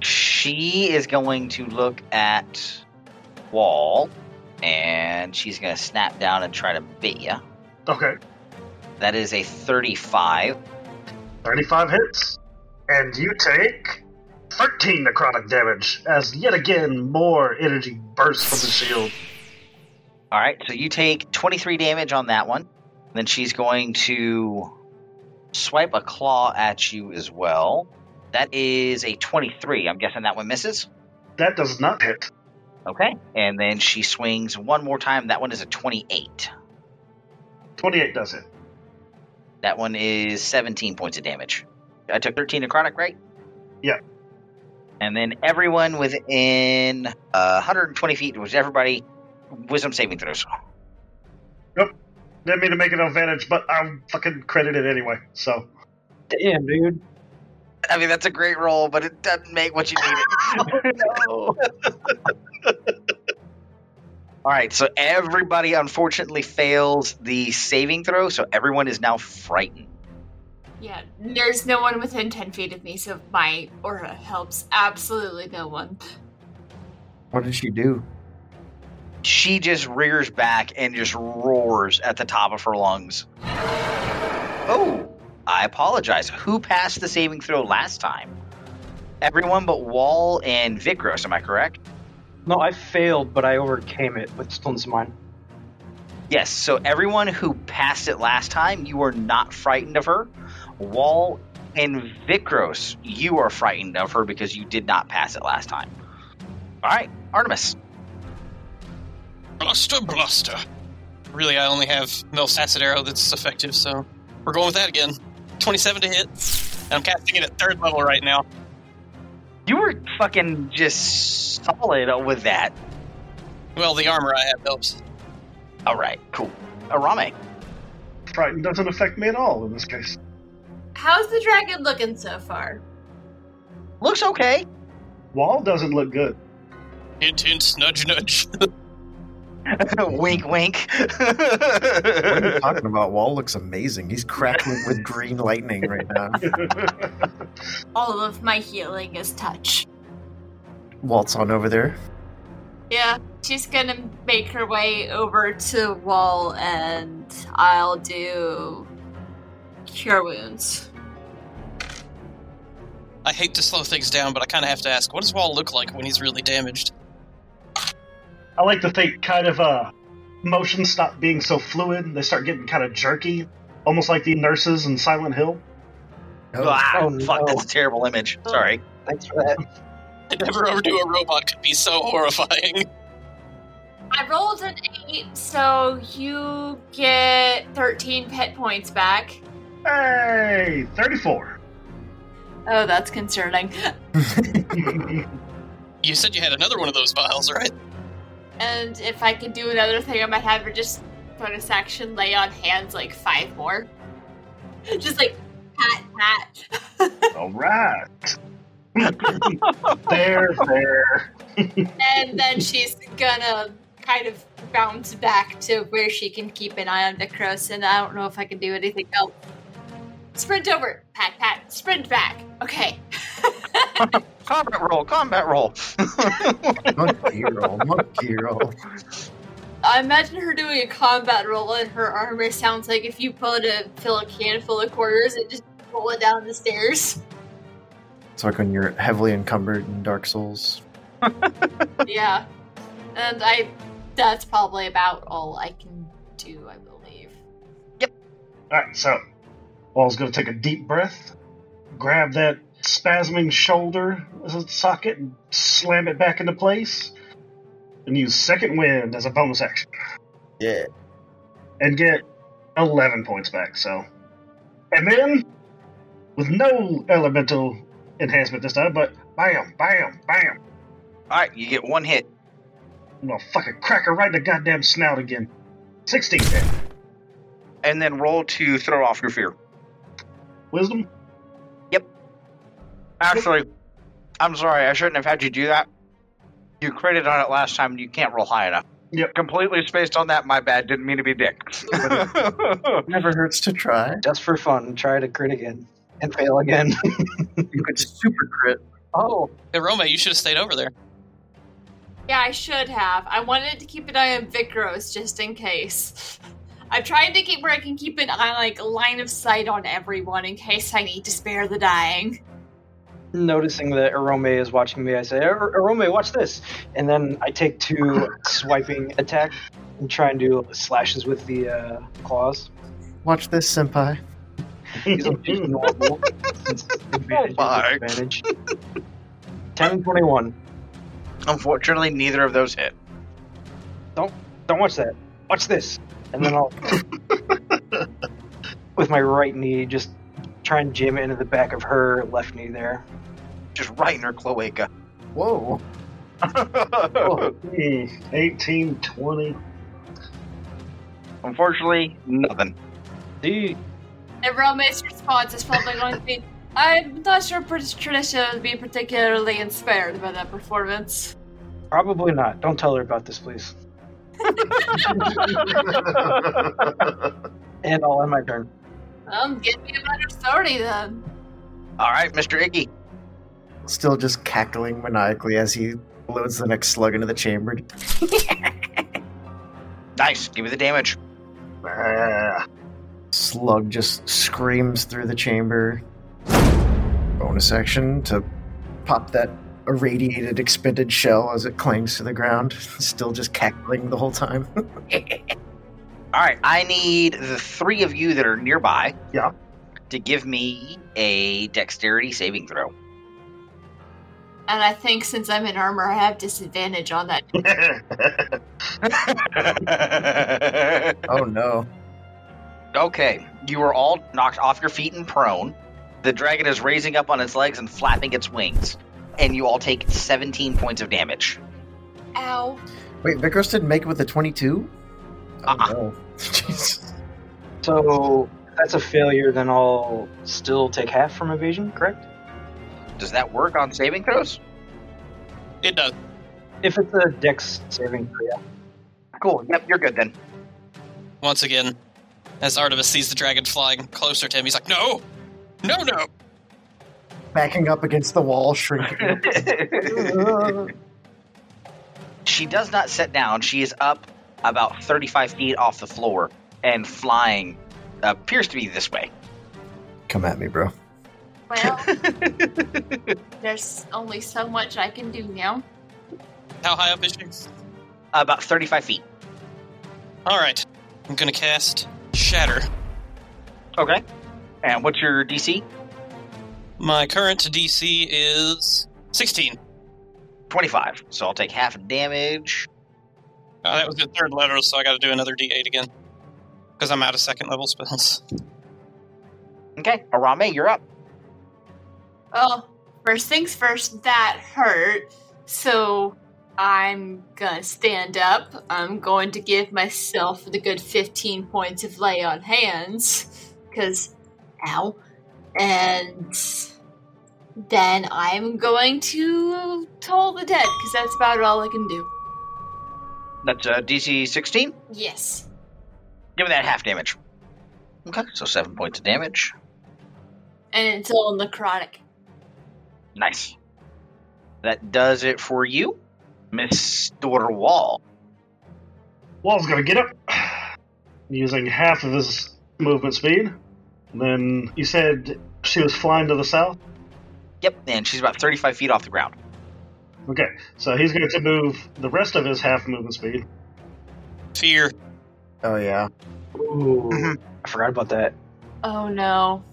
S2: She is going to look at Wall, and she's going to snap down and try to bit you.
S6: Okay,
S2: That is a 35.
S6: 35 hits. And you take 13 necrotic damage as yet again more energy bursts from the shield.
S2: All right, so you take 23 damage on that one. Then she's going to swipe a claw at you as well. That is a 23. I'm guessing that one misses.
S6: That does not hit.
S2: Okay. And then she swings one more time. That one is a 28.
S6: 28 does hit.
S2: That one is 17 points of damage. I took 13 necrotic, right?
S6: Yeah.
S2: And then everyone within uh, 120 feet, was everybody wisdom saving throws.
S6: Didn't mean to make it an advantage, but I'm fucking credited anyway, so.
S9: Damn, dude.
S2: I mean, that's a great roll, but it doesn't make what you needed. no. All right, so everybody unfortunately fails the saving throw, so everyone is now frightened.
S7: Yeah, there's no one within 10 feet of me, so my aura helps absolutely no one.
S5: What did she do?
S2: She just rears back and just roars at the top of her lungs. Oh, I apologize. Who passed the saving throw last time? Everyone but Wall and Vikros, am I correct?
S9: No, I failed, but I overcame it with Stone's Mine.
S2: Yes, so everyone who passed it last time, you are not frightened of her. Wall and Vikros, you are frightened of her because you did not pass it last time. All right, Artemis.
S4: Blaster, blaster. Really, I only have Melf's acid arrow that's effective, so we're going with that again. 27 to hit. And I'm casting it at third level right now.
S2: You were fucking just solid with that.
S4: Well, the armor I have helps.
S2: All right, cool. Uh, Arame.
S6: Frighten doesn't affect me at all in this case.
S7: How's the dragon looking so far?
S2: Looks okay.
S6: Wall doesn't look good.
S4: Hint, hint, nudge, nudge.
S2: wink, wink.
S9: Oh,
S5: What are you talking about? Wall looks amazing. He's crackling with green lightning right now.
S7: All of my healing is touch.
S5: Walt's on over there.
S7: Yeah, she's gonna make her way over to Wall, and I'll do cure wounds.
S4: I hate to slow things down, but I kind of have to ask, what does Wall look like when he's really damaged?
S6: I like to think kind of uh, motions stop being so fluid. They start getting kind of jerky, almost like the nurses in Silent Hill.
S2: ah,
S9: oh,
S2: fuck,
S9: no. Oh.
S2: that's a terrible image. Sorry.
S9: Thanks for that.
S4: I never overdo a robot could be so horrifying.
S7: I rolled an eight, so you get 13 pet points back.
S6: Hey, 34.
S7: Oh, that's concerning.
S4: You said you had another one of those vials, right?
S7: And if I could do another thing, I might have her just bonus action lay on hands like five more. Just like pat, pat.
S6: All right. there, there.
S7: and then she's gonna kind of bounce back to where she can keep an eye on Vicros, and I don't know if I can do anything else. Sprint over, pat, pat, sprint back. Okay.
S2: Combat roll, combat roll.
S5: Monkey roll, monkey roll.
S7: I imagine her doing a combat roll, and her armor sounds like if you put a fill a can full of quarters and just roll it down the stairs.
S5: It's like when you're heavily encumbered in Dark Souls.
S7: yeah, and I. That's probably about all I can do, I believe.
S6: All right, so Wall's going to take a deep breath, grab that spasming shoulder socket, and slam it back into place, and use Second Wind as a bonus action.
S5: Yeah.
S6: and get 11 points back, so. And then, with no elemental enhancement this time, but bam, bam, bam.
S2: All right, you get one hit.
S6: I'm gonna fucking crack her right in the goddamn snout again. 16 then.
S2: And then roll to throw off your fear.
S6: Wisdom?
S2: Actually, I'm sorry, I shouldn't have had you do that. You critted on it last time and you can't roll high enough.
S6: Yep.
S2: Completely spaced on that, my bad. Didn't mean to be a dick.
S5: Never hurts to try.
S9: Just for fun, try to crit again and fail again.
S5: You could super crit.
S9: oh,
S4: Hey, Rome, you should have stayed over there.
S7: Yeah, I should have. I wanted to keep an eye on Vicros just in case. I'm trying to keep where I can keep an eye, like line of sight on everyone in case I need to spare the dying.
S9: noticing that Arome is watching me, I say, "Ar- Arome, watch this. And then I take two swiping attack and try and do slashes with the uh, claws.
S5: Watch this, senpai.
S9: These are just normal. It's advantage,
S2: my.
S9: disadvantage. 10 and 21.
S2: Unfortunately, neither of those hit.
S9: Don't watch that. Watch this. And then I'll, with my right knee, just try and jam it into the back of her left knee there.
S2: Just right in her cloaca.
S5: Whoa.
S9: Oh,
S6: Hmm, 18, 20.
S2: Unfortunately, nothing.
S9: see?
S7: And Rome's response is probably going to be, "I'm not sure British tradition would be particularly inspired by that performance."
S9: Probably not. Don't tell her about this, please. And I'll end my turn.
S7: Um, give me a better story then.
S2: All right, Mr. Iggy.
S5: Still just cackling maniacally as he loads the next slug into the chamber.
S2: Nice. Give me the damage.
S6: Ah,
S5: Slug just screams through the chamber. Bonus action to pop that irradiated, expended shell as it clings to the ground. Still just cackling the whole time.
S2: All right, I need the three of you that are nearby.
S6: Yeah.
S2: To give me a dexterity saving throw.
S7: And I think since I'm in armor, I have disadvantage on that.
S5: oh no.
S2: Okay, you are all knocked off your feet and prone. The dragon is raising up on its legs and flapping its wings, and you all take 17 points of damage.
S7: Ow.
S5: Wait, Vickers didn't make it with the 22?
S2: Uh-uh.
S5: Oh no. Jesus.
S9: So if that's a failure, then I'll still take half from evasion, correct?
S2: Does that work on saving throws?
S4: It does.
S9: If it's a dex saving throw, yeah.
S2: Cool. Yep, you're good then.
S4: Once again, as Artemis sees the dragon flying closer to him, he's like, "No, no, no!"
S5: Backing up against the wall, shrinking.
S2: she does not sit down. She is up about 35 feet off the floor and flying. Appears to be this way.
S5: Come at me, bro.
S7: Well, there's only so much I can do now.
S4: How high up is she?
S2: About 35 feet.
S4: All right, I'm gonna cast Shatter.
S2: Okay. And what's your DC?
S4: My current DC is 16.
S2: 25. So I'll take half damage.
S4: Uh, that was the third letter, so I got to do another D8 again because I'm out of second level spells.
S2: Okay. Arame, you're up.
S7: Well, first things first, that hurt. So I'm gonna stand up. I'm going to give myself the good 15 points of lay on hands, because ow. And then I'm going to toll the dead, because that's about all I can do.
S2: That's uh, DC 16.
S7: Yes.
S2: Give me that half damage. Okay. So seven points of damage.
S7: And it's all necrotic.
S2: Nice. That does it for you, Mr. Wall.
S6: Wall's gonna get up using half of his movement speed. Then you said she was flying to the south.
S2: Yep, and she's about 35 feet off the ground.
S6: Okay, so he's going to move the rest of his half movement speed.
S4: Fear.
S5: Oh yeah.
S9: Ooh, I forgot about that.
S7: Oh no.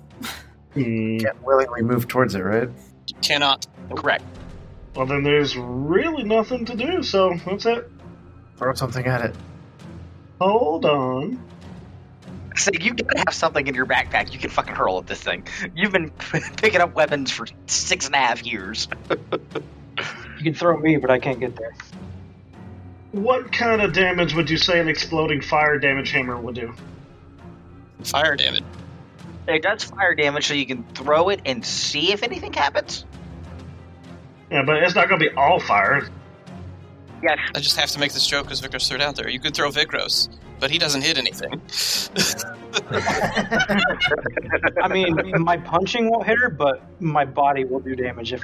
S6: Hmm,
S5: Can't willingly move towards it, right?
S4: Cannot.
S2: Correct.
S6: Well, then there's really nothing to do. So that's it.
S5: Throw something at it.
S6: Hold on.
S2: So you gotta have something in your backpack you can fucking hurl at this thing. You've been picking up weapons for six and a half years.
S9: You can throw me, but I can't get there.
S6: What kind of damage would you say an exploding fire damage hammer would do?
S4: Fire damage.
S2: It does fire damage, so you can throw it and see if anything happens.
S6: Yeah, but it's not going to be all fire.
S2: Yes.
S4: I just have to make this joke because Vicros threw it out there. You could throw Vicros, but he doesn't hit anything.
S9: I mean, my punching won't hit her, but my body will do damage if.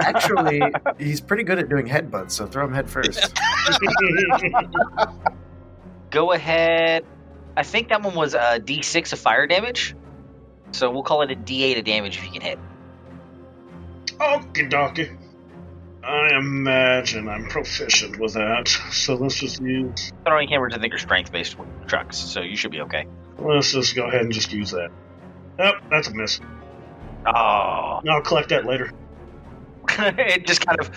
S5: Actually, he's pretty good at doing headbutts, so throw him head first.
S2: Go ahead. I think that one was a D6 of fire damage, so we'll call it a D8 of damage if you can hit.
S6: Okie dokie. I imagine I'm proficient with that, so let's just use.
S2: Throwing hammers, I think, are strength-based trucks, so you should be okay.
S6: Let's just go ahead and just use that. Yep, that's a miss.
S2: Oh.
S6: I'll collect that later.
S2: it just kind of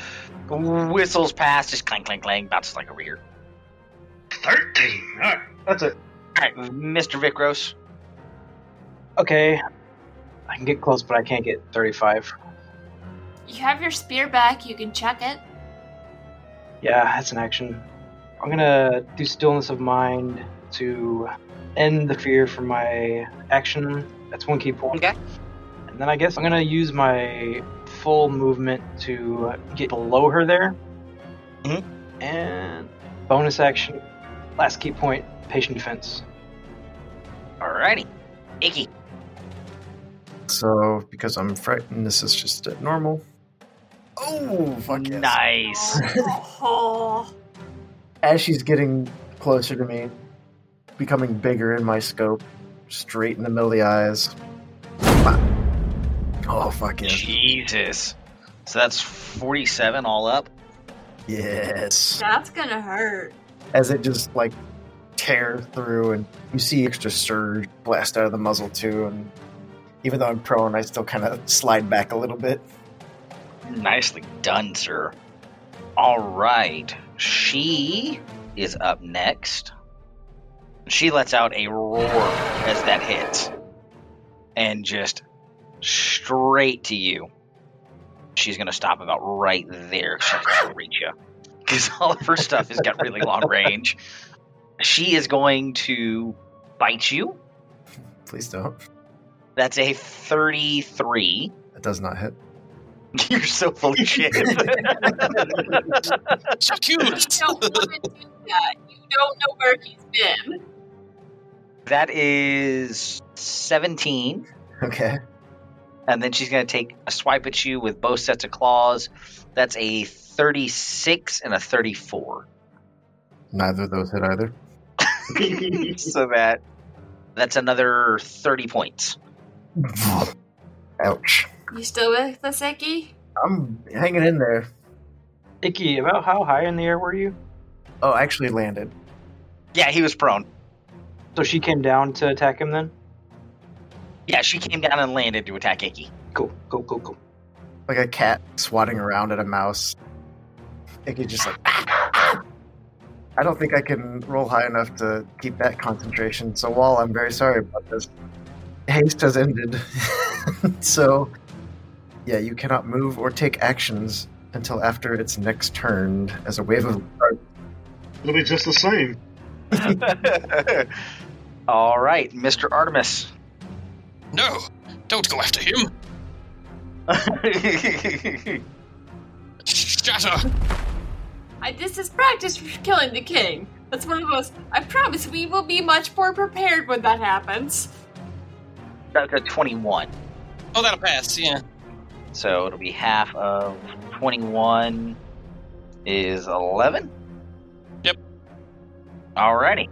S2: whistles past, just clang, clang, clang, bounces like over here.
S6: Thirteen. All right, that's it.
S2: All right, Mr. Vicros.
S9: Okay, I can get close, but I can't get 35.
S7: You have your spear back, you can chuck it.
S9: Yeah, that's an action. I'm gonna do stillness of mind to end the fear for my action. That's one key point.
S2: Okay.
S9: And then I guess I'm gonna use my full movement to get below her there.
S2: Mhm.
S9: And bonus action, last key point, patient defense.
S2: Alrighty. Icky.
S5: so because I'm frightened, this is just at normal. Oh fuck yes!
S2: Nice.
S7: Oh,
S5: As she's getting closer to me, becoming bigger in my scope, straight in the middle of the eyes. Wha- Oh fuck yes!
S2: Jesus. So that's 47 all up.
S5: Yes.
S7: that's gonna hurt.
S5: as it just like tear through and you see extra surge blast out of the muzzle too and even though i'm prone i still kind of slide back a little bit
S2: Nicely done, sir. Alright. She is up next. She lets out a roar as that hits. And just straight to you. She's going to stop about right there. She's going to reach you. Because all of her stuff has got really long range. She is going to bite you.
S5: please don't
S2: That's a 33.
S5: that does not hit
S2: You're so full of shit.
S4: Chuck you!
S7: You don't wanna do that. You don't know where he's been.
S2: That is 17.
S5: Okay.
S2: And then she's going to take a swipe at you with both sets of claws. That's a 36 and a 34.
S5: Neither of those hit either.
S2: so that that's another 30 points.
S5: Ouch.
S7: You still with us, Eki?
S5: I'm hanging in there.
S9: Icky, about how high in the air were you?
S5: Oh, I actually landed.
S2: Yeah, he was prone.
S9: So she came down to attack him then?
S2: Yeah, she came down and landed to attack Icky.
S9: Cool, cool, cool, cool.
S5: Like a cat swatting around at a mouse. Icky just like. I don't think I can roll high enough to keep that concentration. So, Wall, I'm very sorry about this. Haste has ended. so, yeah, you cannot move or take actions until after its next turn as a wave of
S6: It'll be just the same.
S2: All right, Mr. Artemis.
S4: No, don't go after him. Shatter.
S7: I, this is practice for killing the king. That's one of those. I promise we will be much more prepared when that happens.
S2: That's a 21.
S4: Oh, that'll pass. Yeah.
S2: So it'll be half of 21 is 11?
S4: Yep.
S2: Alrighty.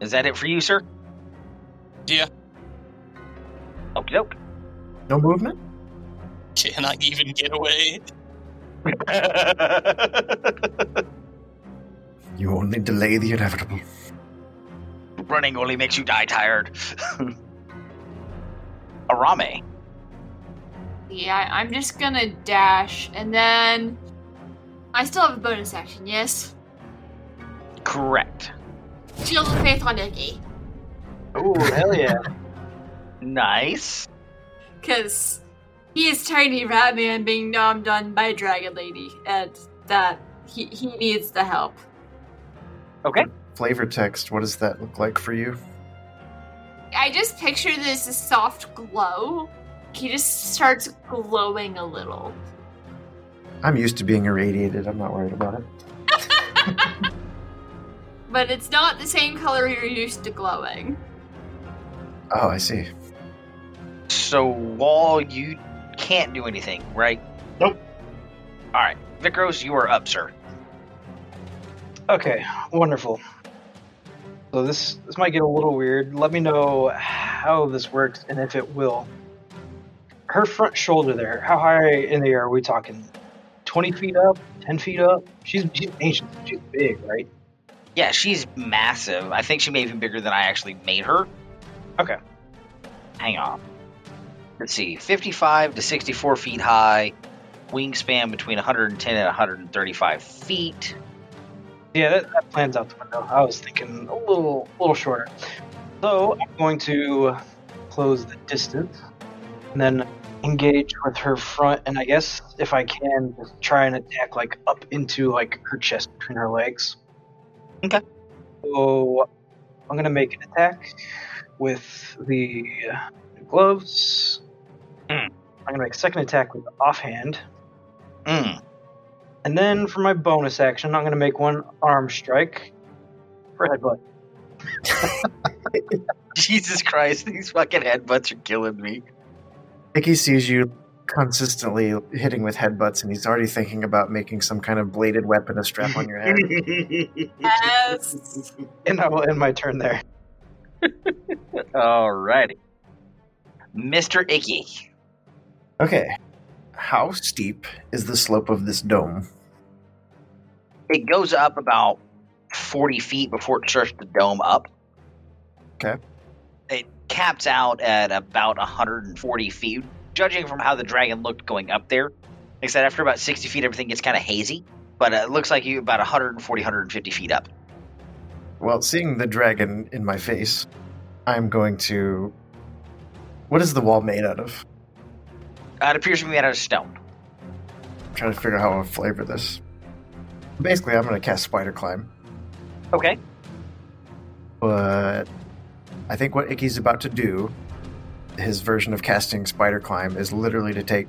S2: Is that it for you, sir?
S4: Yeah.
S2: Okie doke.
S5: no movement.
S4: Can I even get away?
S5: You only delay the inevitable.
S2: Running only makes you die tired. Arame.
S7: Yeah, I- I'm just gonna dash, and then I still have a bonus action. Yes,
S2: Correct.
S7: shield of faith on Icky,
S9: Oh, hell yeah.
S2: Nice.
S7: because he is tiny rat man being nommed on by dragon lady, and that he he needs the help.
S5: Flavor text, what does that look like for you?
S7: I just picture this as soft glow. He just starts glowing a little.
S5: I'm used to being irradiated. I'm not worried about it.
S7: But it's not the same color you're used to glowing.
S5: Oh, I see.
S2: So, Wall, you can't do anything, right?
S6: Nope.
S2: Alright. Vicros, you are up, sir.
S9: Okay, wonderful. So this this might get a little weird. Let me know how this works and if it will. Her front shoulder there. How high in the air are we talking? Twenty feet up? Ten feet up? She's she's ancient. She's big, right?
S2: Yeah, she's massive. I think she may be bigger than I actually made her.
S9: Okay.
S2: Hang on. Let's see. 55 to 64 feet high, wingspan between 110 and 135 feet.
S9: Yeah, that, that plan's out the window. I was thinking a little little shorter. So I'm going to close the distance and then engage with her front and I guess if I can just try and attack like up into like her chest between her legs.
S2: Okay.
S9: So I'm gonna make an attack with the gloves.
S2: Mm.
S9: I'm gonna make a second attack with the offhand.
S2: Mm.
S9: And then for my bonus action, I'm going to make one arm strike for headbutt.
S2: Jesus Christ, these fucking headbutts are killing me.
S5: Icky sees you consistently hitting with headbutts, and he's already thinking about making some kind of bladed weapon to strap on your head.
S7: Yes.
S9: And I will end my turn there.
S2: Alrighty. Mr. Icky.
S5: okay. How steep is the slope of this dome?
S2: It goes up about 40 feet before it starts to dome up.
S5: Okay.
S2: It caps out at about 140 feet, judging from how the dragon looked going up there. Like I said, after about 60 feet, everything gets kind of hazy, but uh, it looks like you about 140, 150 feet up.
S5: Well, seeing the dragon in my face, I'm going to. What is the wall made out of?
S2: Uh, it appears to be made out of stone.
S5: I'm trying to figure out how to flavor this. Basically, I'm going to cast Spider Climb,
S2: Okay.
S5: but I think what Icky's about to do, his version of casting Spider Climb, is literally to take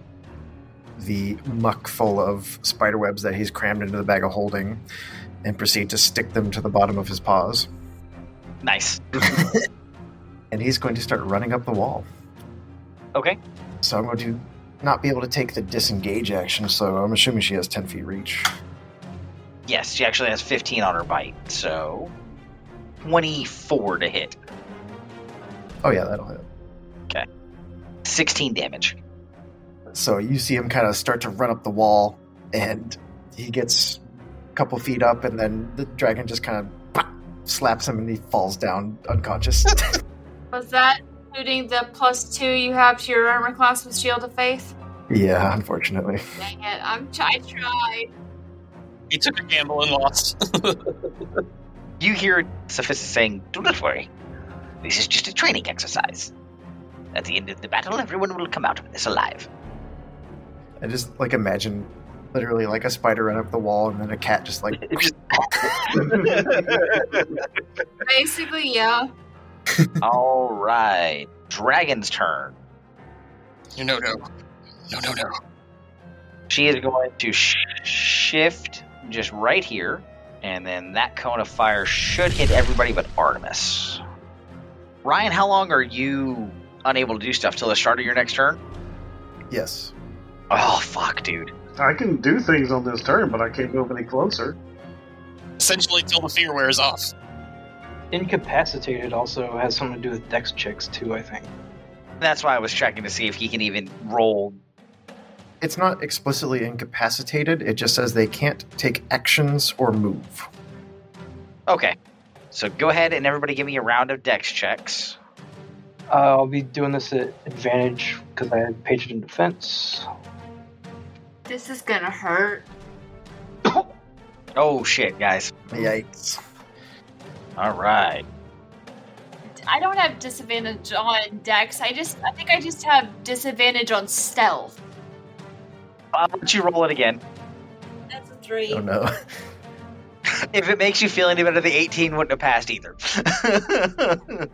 S5: the muck full of spiderwebs that he's crammed into the bag of holding and proceed to stick them to the bottom of his paws.
S2: Nice.
S5: And he's going to start running up the wall.
S2: Okay.
S5: So I'm going to not be able to take the disengage action, so I'm assuming she has 10 feet reach.
S2: Yes, she actually has 15 on her bite, so 24 to hit,
S5: Oh, yeah, that'll hit.
S2: 16 damage.
S5: So you see him kind of start to run up the wall, and he gets a couple feet up, and then the dragon just kind of pop, slaps him, and he falls down unconscious.
S7: Was that including the plus two you have to your armor class with Shield of Faith?
S5: yeah, unfortunately.
S7: Dang it, I'm try- I tried.
S4: He took a gamble and lost.
S2: You hear Sophis saying, Do not worry. This is just a training exercise. At the end of the battle, everyone will come out of this alive.
S5: I just like imagine literally like a spider run up the wall, and then a cat just like
S7: Basically, yeah.
S2: All right. Dragon's turn.
S4: You no no. No no no.
S2: She is going to sh- shift just right here, and then that cone of fire should hit everybody but Artemis. Ryan, how long are you unable to do stuff till the start of your next turn?
S5: yes.
S2: Oh fuck, dude.
S6: I can do things on this turn, but I can't move any closer.
S4: Essentially till the fear wears off.
S9: Incapacitated also has something to do with dex checks too, I think.
S2: That's why I was checking to see if he can even roll.
S5: It's not explicitly incapacitated. It just says they can't take actions or move.
S2: Okay. So go ahead and everybody give me a round of dex checks.
S9: Uh, I'll be doing this at advantage because I had patron defense.
S7: This is gonna hurt.
S2: Oh shit, guys.
S5: Yikes!
S2: All right.
S7: I don't have disadvantage on dex. I just, I think I just have disadvantage on stealth.
S2: I'll let you roll it again.
S7: That's a three.
S5: Oh no!
S2: If it makes you feel any better, the 18 wouldn't have passed either.
S4: I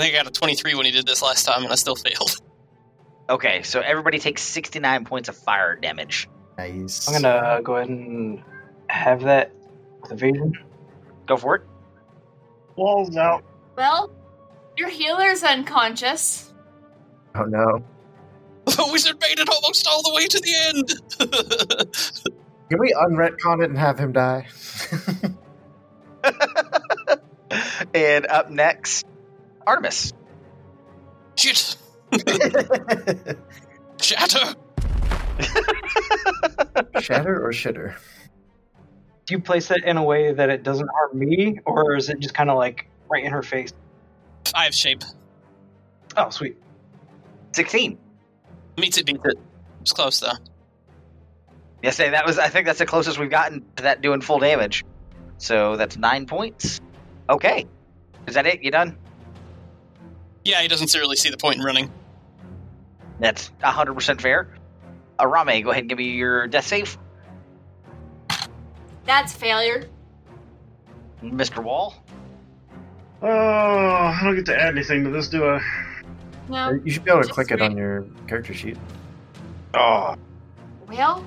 S4: think I got a 23 when he did this last time, and I still failed.
S2: okay, so everybody takes 69 points of fire damage.
S5: Nice.
S9: I'm gonna go ahead and have that with evasion.
S2: Go for it.
S6: Walls out.
S7: Well, your healer's unconscious.
S5: Oh no!
S4: The wizard made it almost all the way to the end.
S5: Can we unretcon it and have him die?
S2: and up next, Artemis.
S4: Shit! Shatter!
S5: Shatter or shitter?
S9: Do you place that in a way that it doesn't harm me, or is it just kind of like right in her face?
S4: I have shape.
S9: Oh, sweet.
S2: 16.
S4: Meets it, beats it. It's close though.
S2: Yes, eh, that was. I think that's the closest we've gotten to that doing full damage. So that's nine points. Okay. Is that it? You done?
S4: Yeah, he doesn't really see the point in running.
S2: That's 100% fair. Arame, go ahead and give me your death save.
S7: That's failure.
S2: Mr. Wall.
S6: Oh, I don't get to add anything to this, do I?
S7: No.
S5: You should be able to
S7: Just
S5: click it
S7: right-
S5: on your character sheet.
S3: Ah,
S7: Well,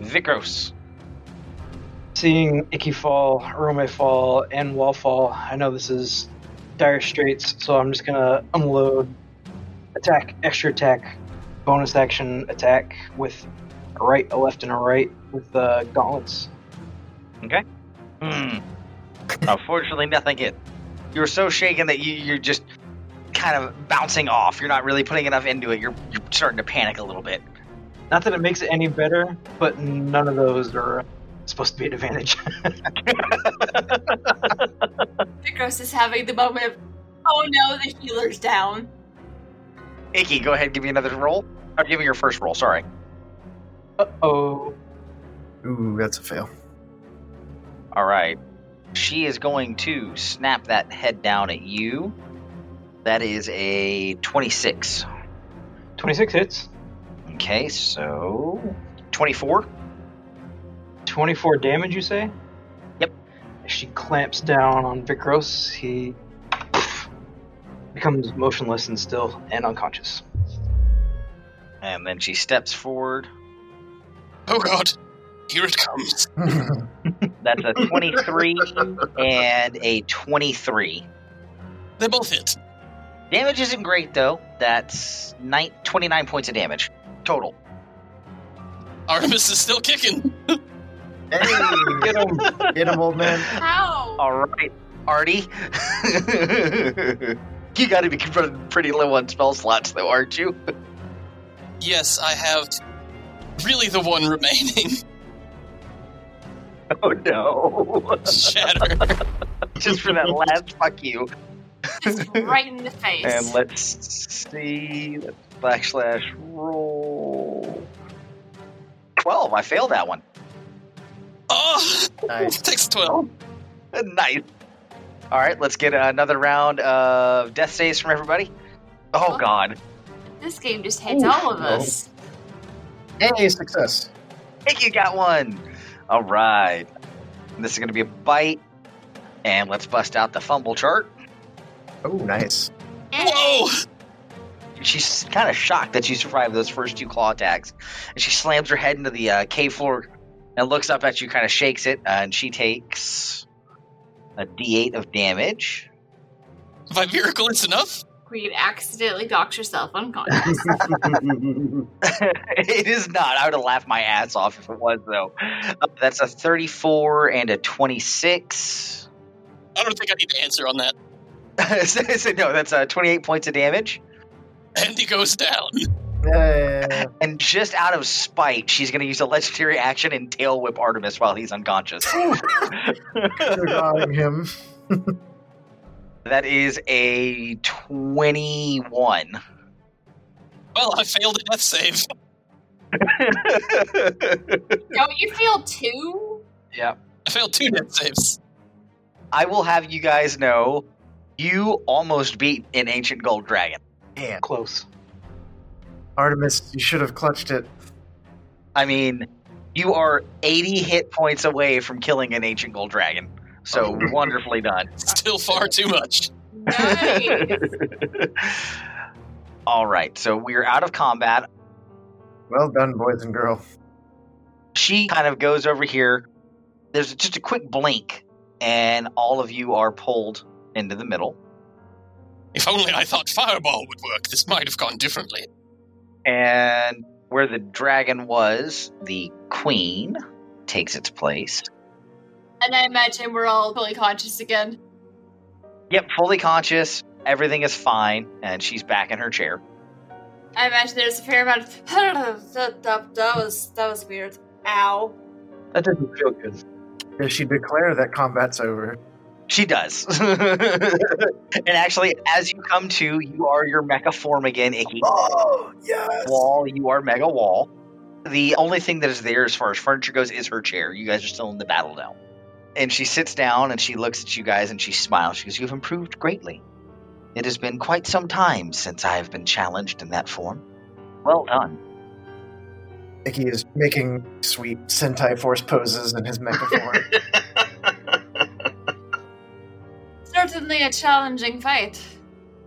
S2: Vikros.
S9: Seeing Icky fall, Arome fall, and Wall fall, I know this is dire straits, so I'm just gonna unload attack, extra attack, bonus action attack with a right, a left, and a right with the gauntlets.
S2: Hmm. Unfortunately, nothing hit. You're so shaken that you, you're just kind of bouncing off. You're not really putting enough into it. You're, you're starting to panic a little bit.
S9: Not that it makes it any better, but none of those are supposed to be an advantage.
S7: Vikros is having the moment of, oh no, the healer's down.
S2: Icky, go ahead, give me another roll. Or give me your first roll, sorry.
S9: uh oh.
S5: Ooh, that's a fail.
S2: All right. She is going to snap that head down at you. That is a 26.
S9: 26 hits.
S2: Okay, so 24.
S9: 24 damage, you say?
S2: Yep.
S9: As she clamps down on Vikros, he becomes motionless and still and unconscious.
S2: And then she steps forward.
S4: Oh god, here it comes.
S2: That's a 23 and a 23.
S4: They both hit.
S2: Damage isn't great, though. That's nine, 29 points of damage total.
S4: Artemis is still kicking.
S5: Hey, get him, get him, old man.
S7: How?
S2: All right, Artie. you got to be running pretty low on spell slots, though, aren't you?
S4: Yes, I have really the one remaining.
S2: Oh, no.
S4: Shatter.
S2: Just for that last fuck you.
S7: Just right in the face.
S2: And let's see. Let's backslash roll. 12. I failed that one.
S4: Oh,
S5: Nice.
S4: takes 12.
S2: nice. All right, let's get another round of death saves from everybody. Oh,
S7: Oh.
S2: God.
S7: this game just hits all of us.
S5: Hey, success.
S2: I think you got one. All right. This is going to be a bite. And let's bust out the fumble chart.
S5: Oh, nice.
S4: Whoa!
S2: She's kind of shocked that she survived those first two claw attacks. And she slams her head into the uh, cave floor and looks up at you, kind of shakes it, uh, and she takes a d8 of damage.
S4: By miracle, it's enough.
S7: Queen accidentally knocks herself unconscious.
S2: it is not. I would have laughed my ass off if it was, though. Uh, that's a 34 and a 26.
S4: I don't think I need to answer on that.
S2: so, so no, that's uh, 28 points of damage.
S4: And he goes down.
S5: Yeah.
S2: And just out of spite, she's going to use a legendary action and tail whip Artemis while he's unconscious.
S5: Regarding him.
S2: that is a 21.
S4: Well, I failed a death save.
S7: Don't you feel too?
S9: Yeah.
S4: I failed two death saves.
S2: I will have you guys know you almost beat an ancient gold dragon.
S5: Man,
S9: Close.
S5: Artemis, you should have clutched it.
S2: I mean, you are 80 hit points away from killing an ancient gold dragon. So wonderfully done.
S4: Still far too much.
S7: Nice.
S2: All right, so we're out of combat.
S5: Well done, boys and girl.
S2: She kind of goes over here. There's just a quick blink, and all of you are pulled into the middle.
S4: If only I thought fireball would work, this might have gone differently.
S2: And where the dragon was, the queen takes its place.
S7: and I imagine we're all fully conscious again.
S2: Yep, fully conscious. Everything is fine, and she's back in her chair.
S7: I imagine there's a fair amount of that, that, that was that was weird. Ow.
S9: That doesn't feel good.
S5: Does she declare that combat's over?
S2: She does. and actually, as you come to, you are your mecha form again, Icky.
S5: Oh, yes.
S2: Wall, you are mega wall. The only thing that is there as far as furniture goes is her chair. You guys are still in the battle now. And she sits down and she looks at you guys and she smiles. She goes, You've improved greatly. It has been quite some time since I have been challenged in that form. Well done.
S5: Icky is making sweet Sentai Force poses in his mecha form.
S7: Certainly a challenging fight.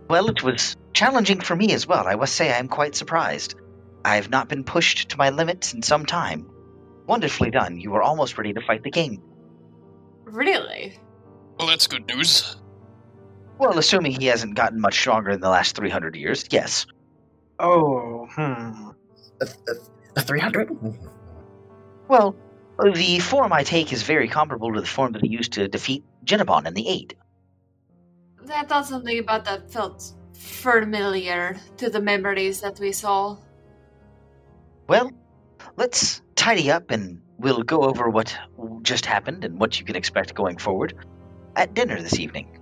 S2: Well, it was challenging for me as well. I must say I am quite surprised. I have not been pushed to my limits in some time. Wonderfully done. You were almost ready to fight the king.
S7: Really?
S4: Well, that's good news.
S2: Well, assuming he hasn't gotten much stronger in the last 300 years, yes.
S9: Oh, hmm.
S5: a, a, a 300?
S2: Well, the form I take is very comparable to the form that I used to defeat Genobon in the Eight.
S7: I thought something about that felt familiar to the memories that we saw.
S2: Well, let's tidy up and we'll go over what just happened and what you can expect going forward at dinner this evening.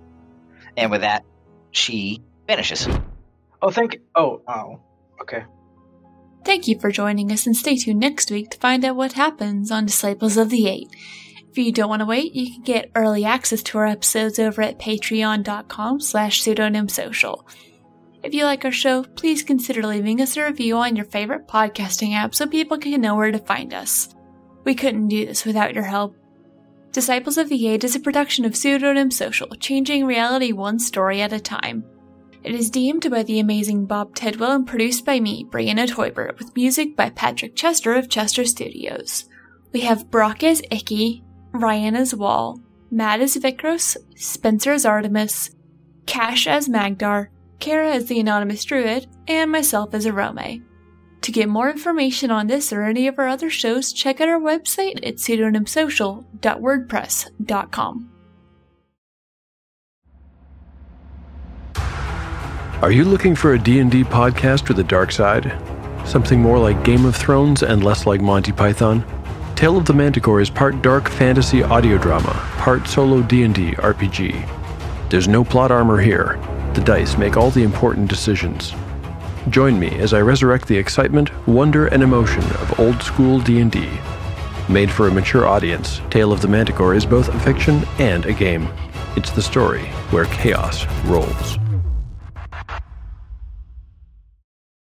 S2: And with that, she vanishes.
S9: Oh, thank. Oh, oh. Okay.
S1: Thank you for joining us and stay tuned next week to find out what happens on Disciples of the Eight. If you don't want to wait, you can get early access to our episodes over at patreon.com slash pseudonymsocial. If you like our show, please consider leaving us a review on your favorite podcasting app so people can know where to find us. We couldn't do this without your help. Disciples of the Eight is a production of Pseudonym Social, changing reality one story at a time. It is deemed by the amazing Bob Tidwell and produced by me, Brianna Toibert, with music by Patrick Chester of Chester Studios. We have Brock as Icky, Ryan as Wall, Matt as Vikros, Spencer as Artemis, Cash as Magdar, Kara as the Anonymous Druid, and myself as Arome. To get more information on this or any of our other shows, check out our website at pseudonymsocial.wordpress.com.
S10: Are you looking for a D&D podcast with a dark side? Something more like Game of Thrones and less like Monty Python? Tale of the Manticore is part dark fantasy audio drama, part solo D&D RPG. There's no plot armor here. The dice make all the important decisions. Join me as I resurrect the excitement, wonder, and emotion of old school D&D. Made for a mature audience, Tale of the Manticore is both a fiction and a game. It's the story where chaos rolls.